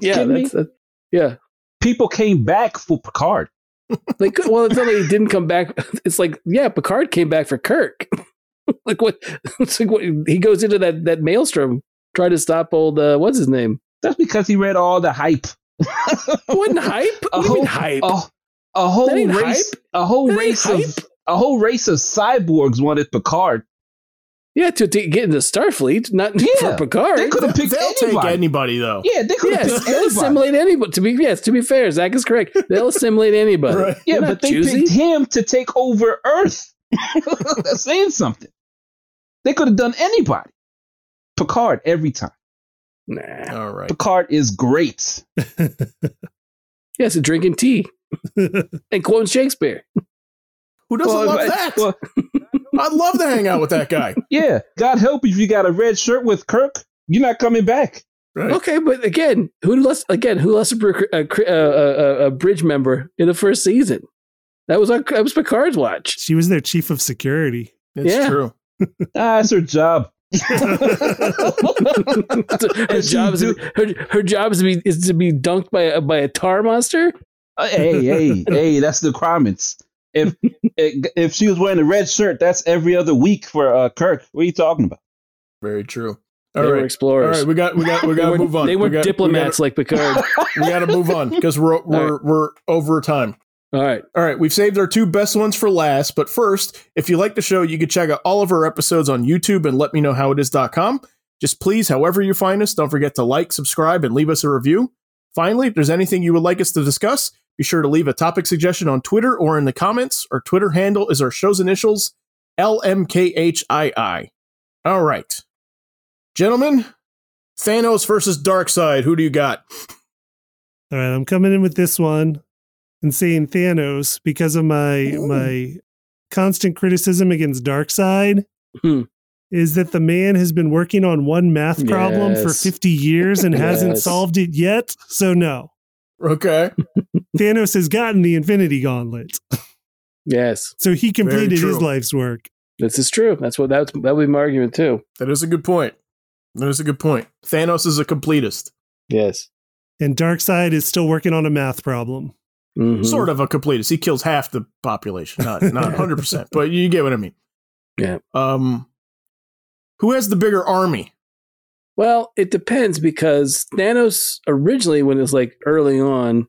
Yeah, Kidding me? that's, that, yeah. People came back for Picard. They could, well, it's not like he didn't come back. *laughs* It's like, yeah, Picard came back for Kirk. *laughs* like what? *laughs* It's like what he goes into that that maelstrom, try to stop old uh, what's his name? That's because he read all the hype. *laughs* What Oh, hype? What do you mean hype? A, a whole That ain't race, a whole That ain't race of hype. a whole race of cyborgs wanted Picard. Yeah, to, to get into Starfleet, not *laughs* Yeah. for Picard. They could have picked They'll take anybody. anybody though. yeah, they could have yes, picked they'll anybody. assimilate anybody. To be yes, to be fair, Zach is correct. They'll assimilate *laughs* anybody. Right. They're Yeah, not but they choosy. picked him to take over Earth. *laughs* That's saying something. They could have done anybody. Picard every time. Nah. All right. Picard is great. Yes, and drinking *laughs* tea and quoting Shakespeare. Who doesn't Well, love I- that? well, I'd love to hang out with that *laughs* guy. yeah, God help if you got a red shirt with Kirk. You're not coming back. Right. *laughs* Okay, but again, who lost? Again, who lost a, br- a, cr- a, a, a bridge member in the first season? That was on, that was Picard's watch. *laughs* *laughs* she was their chief of security. It's Yeah. true. *laughs* Ah, that's her job. *laughs* her she job is to, her, her job is to be is to be dunked by a, by a tar monster. Oh, hey, hey, hey, that's the requirements. If if she was wearing a red shirt, that's every other week for uh, Kirk. What are you talking about? Very true. They All were right. All explorers. right. We got. We got. We got to they were, move on. They We were got- we gotta- diplomats *laughs* like Picard. We got to move on because *laughs* we're we're we're over time. All right. All right, we've saved our two best ones for last, but first, if you like the show, you can check out all of our episodes on YouTube and letmeknowhowitis.com. Just please, however you find us, don't forget to like, subscribe, and leave us a review. Finally, if there's anything you would like us to discuss, be sure to leave a topic suggestion on Twitter or in the comments. Our Twitter handle is our show's initials, LMKHII. All right. Gentlemen, Thanos versus Darkseid, who do you got? All right, I'm coming in with this one and saying Thanos because of my Ooh. my constant criticism against Darkseid Hmm. is that the man has been working on one math problem for Yes. 50 years and hasn't Yes. solved it yet. So no. Okay. Thanos has gotten the Infinity Gauntlet. Yes, So he completed his true. life's work. this is true. That's what that's that would be my argument too. That is a good point. That is a good point. Thanos is a completist, Yes. And Darkseid is still working on a math problem. Mhm. sort of a completist. He kills half the population, not not hundred percent, but you get what I mean. Yeah. Um, who has the bigger army? Well, it depends because Thanos originally, when it was like early on,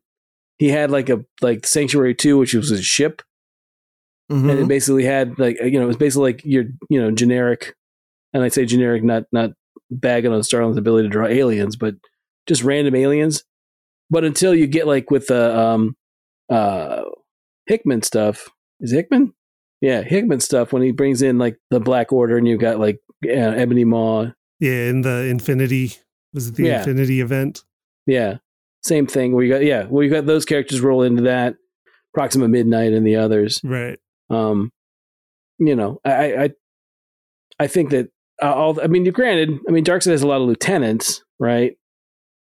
he had like a like Sanctuary Two, which was a ship, and it Mhm. basically had like you know it was basically like your you know generic, and I say generic, not not bagging on Starling's ability to draw aliens, but just random aliens. But until you get like with the um uh Hickman stuff, is it Hickman? yeah, Hickman stuff when he brings in like the Black Order and you've got like uh, Ebony Maw. Yeah, in the Infinity was it the Yeah. Infinity event? Yeah. Same thing where you got, yeah, where you got those characters roll into that, Proxima Midnight and the others. Right. Um, you know, I, I, I- I think that uh, all. I mean, granted, I mean, Darkseid has a lot of lieutenants, right?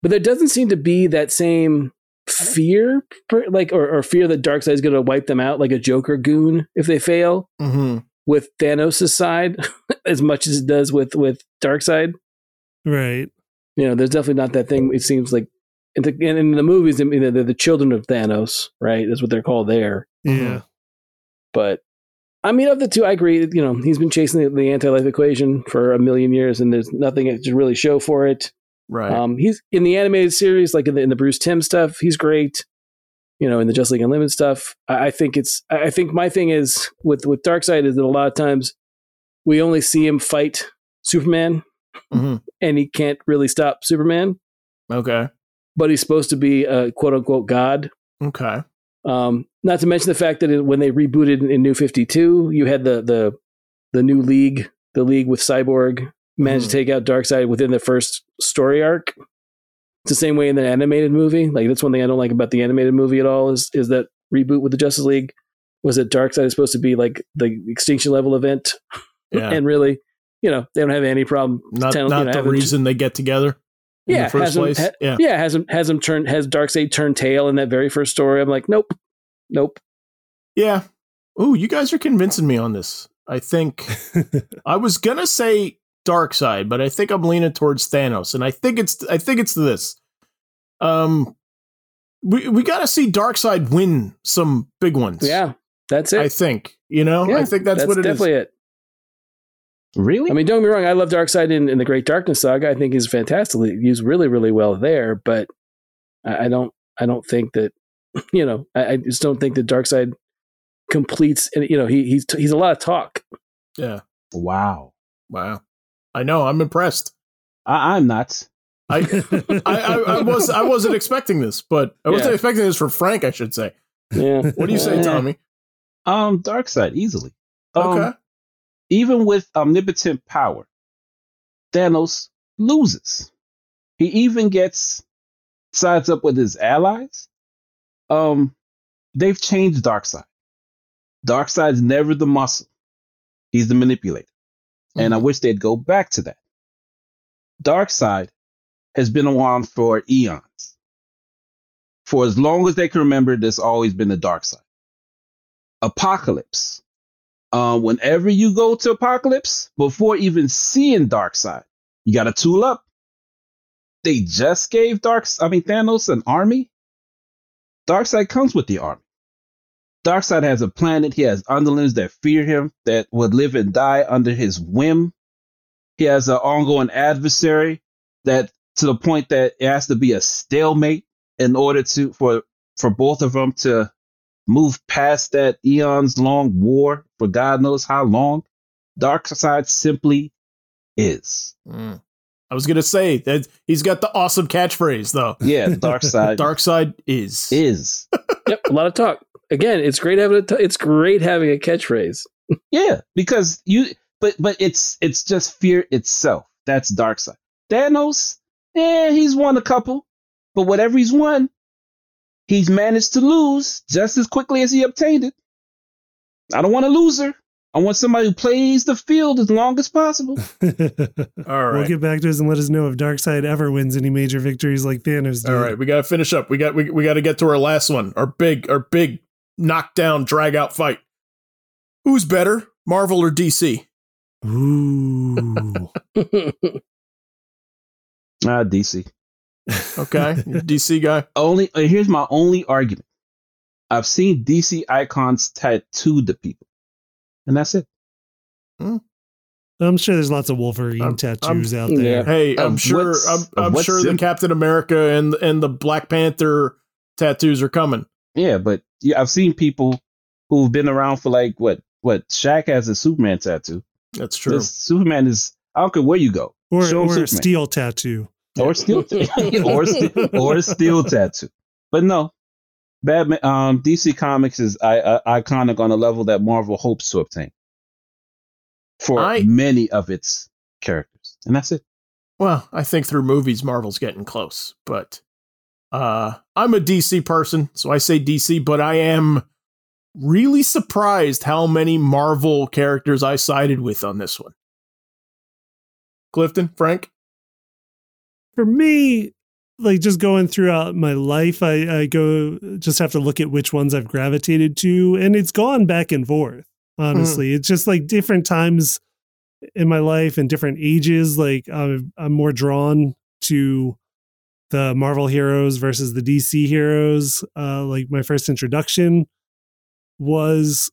But there doesn't seem to be that same fear, per, like, or, or fear that Darkseid is going to wipe them out like a Joker goon if they fail Mm-hmm. with Thanos' side *laughs* as much as it does with with Darkseid. Right. You know, there's definitely not that thing. It seems like, and, the, and in the movies, I mean, they're- they're the children of Thanos, right? Is what they're called there. Uh-huh. Yeah. But I mean, of the two, I agree. You know, he's been chasing the, the anti-life equation for a million years, and there's nothing to really show for it. Right. Um, he's in the animated series, like in the, in the Bruce Tim stuff, he's great. You know, in the Just League Unlimited stuff, I, I think it's. I I think my thing is with with Darkseid is that a lot of times we only see him fight Superman, Mhm. and he can't really stop Superman. Okay. But he's supposed to be a quote unquote god, Okay. um, not to mention the fact that it, when they rebooted in, New Fifty Two, you had the the the new league, the league with Cyborg, managed Hmm. to take out Darkseid within the first story arc. It's the same way in the animated movie. Like that's one thing I don't like about the animated movie at all is is that reboot with the Justice League was that Darkseid is supposed to be like the extinction level event, Yeah. and really, you know, they don't have any problem. not tell- you not know, the having- reason they get together in Yeah, the first has him- place. ha- yeah. yeah, has him has him turn has Darkseid turn tail in that very first story. I'm like, nope, nope. Yeah. Ooh, you guys are convincing me on this. I think I was gonna say dark side, but I think I'm leaning towards Thanos, and I think it's I think it's this. Um, we we gotta see dark side win some big ones. Yeah, that's it. I think you know. I Yeah, think that's, what it is. definitely it. Really? I mean, don't get me wrong. I love Darkseid in, in the Great Darkness saga. I think he's fantastically used really, really well there. But I, I don't, I don't think that, *laughs* you know, I, I just don't think that Darkseid completes. And you know, he he's he's a lot of talk. Yeah. wow. Wow. I know. I'm impressed. I- I'm not. I. *laughs* *laughs* I, I, I was I wasn't expecting this, but I wasn't Yeah. expecting this from Frank. I should say. Yeah. What do you say, Yeah. Tommy? Um, dark side easily. Um, Okay. Even with omnipotent power, Thanos loses. He even gets sides up with his allies. Um, they've changed Darkseid. Darkseid's never the muscle; he's the manipulator. And I wish they'd go back to that. Darkseid has been around for eons. For as long as they can remember, there's always been the dark side. Apocalypse. Uh, whenever you go to Apocalypse, before even seeing Darkseid, you got to tool up. They just gave Dark, I mean Thanos an army. Darkseid comes with the army. Darkseid has a planet. He has underlings that fear him, that would live and die under his whim. He has an ongoing adversary that, to the point that it has to be a stalemate in order to for for both of them to move past that eons long war for God knows how long. Darkseid simply is. Mm. I was gonna say that he's got the awesome catchphrase though. Yeah, Darkseid Dark side is. is. yep. A lot of talk. Again, it's great having a t- it's great having a catchphrase. *laughs* Yeah, because you but but it's it's just fear itself. That's dark side. Thanos, eh, he's won a couple, but whatever he's won, he's managed to lose just as quickly as he obtained it. I don't want a loser. I want somebody who plays the field as long as possible. All *laughs* We'll right. get back to us and let us know if Darkseid ever wins any major victories like Thanos did. All right. We gotta finish up. We got we, we gotta get to our last one. Our big our big knockdown drag out fight. Who's better? Marvel or DC? Ooh. Ah, DC. Okay. *laughs* You're a DC guy. Only uh, here's my only argument. I've seen DC icons tattooed to people, and that's it. *laughs* I'm sure there's lots of Wolverine I'm- tattoos out yeah. there. Hey, Of I'm sure Um, what's- I'm, of I'm what's sure the in- Captain America and and the Black Panther tattoos are coming. Yeah, but yeah, I've seen people who've been around for like what what Shaq has a Superman tattoo. That's true. This Superman is I don't care where you go. Or, Show 'em or a Superman. steel tattoo. *laughs* *laughs* Or steel or steel or a steel tattoo. But no, Batman, um, DC Comics is I- I- iconic on a level that Marvel hopes to obtain for I- many of its characters, and that's it. Well, I think through movies, Marvel's getting close, but uh, I'm a DC person, so I say DC, but I am really surprised how many Marvel characters I sided with on this one. Clifton, Frank? for me like just going throughout my life I, I go just have to look at which ones i've gravitated to and it's gone back and forth honestly it's just like different times in my life and different ages like I'm, I'm more drawn to the marvel heroes versus the dc heroes uh, like my first introduction was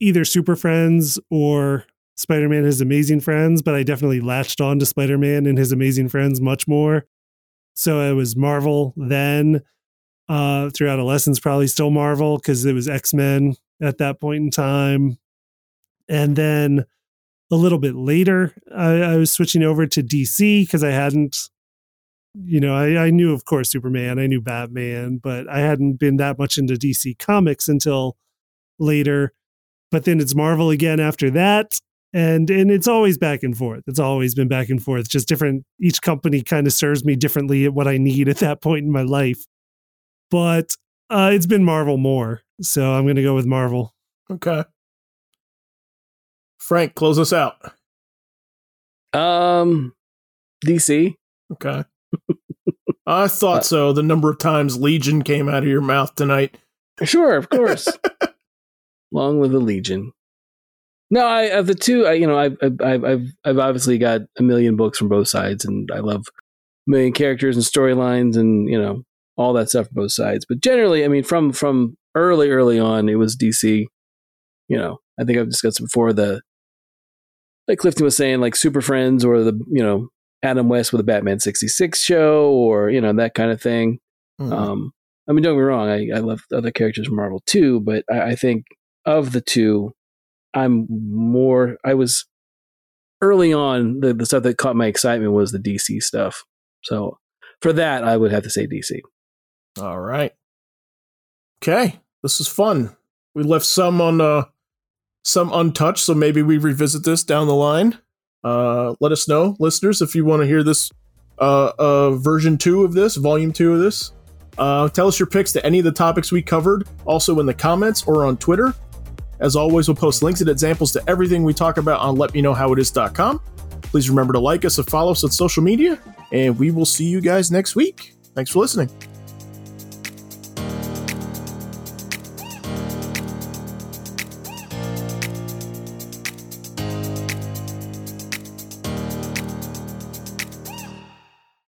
either super friends or Spider-Man His Amazing Friends, but I definitely latched on to Spider-Man and His Amazing Friends much more. So it was Marvel then. Uh, through adolescence, probably still Marvel because it was X-Men at that point in time. And then a little bit later, I, I was switching over to DC because I hadn't, you know, I, I knew, of course, Superman, I knew Batman, but I hadn't been that much into DC comics until later. But then it's Marvel again after that and and it's always back and forth it's always been back and forth just different each company kind of serves me differently at what i need at that point in my life but uh it's been marvel more so i'm gonna go with marvel Okay. Frank, close us out. Um, DC. Okay. *laughs* I thought so. The number of times Legion came out of your mouth tonight. Sure, of course. Long live the Legion. No, I of the two, I you know, I've I've I've I've obviously got a million books from both sides, and I love a million characters and storylines, and you know all that stuff from both sides. But generally, I mean, from from early early on, it was DC. You know, I think I've discussed before the like Clifton was saying, like Super Friends or the you know Adam West with the Batman sixty six show, or you know that kind of thing. Hmm. Um, I mean, don't get me wrong. I, I love the other characters from Marvel too, but I, I think of the two, I'm more. I was early on the, the stuff that caught my excitement was the DC stuff. So for that, I would have to say DC. All right. Okay, this is fun. We left some on uh some untouched, so maybe we revisit this down the line. Uh let us know, listeners, if you want to hear this uh uh version 2 of this, volume 2 of this. Uh tell us your picks to any of the topics we covered also in the comments or on Twitter. As always, we'll post links and examples to everything we talk about on letmeknowhowitis.com. Please remember to like us and follow us on social media, and we will see you guys next week. Thanks for listening.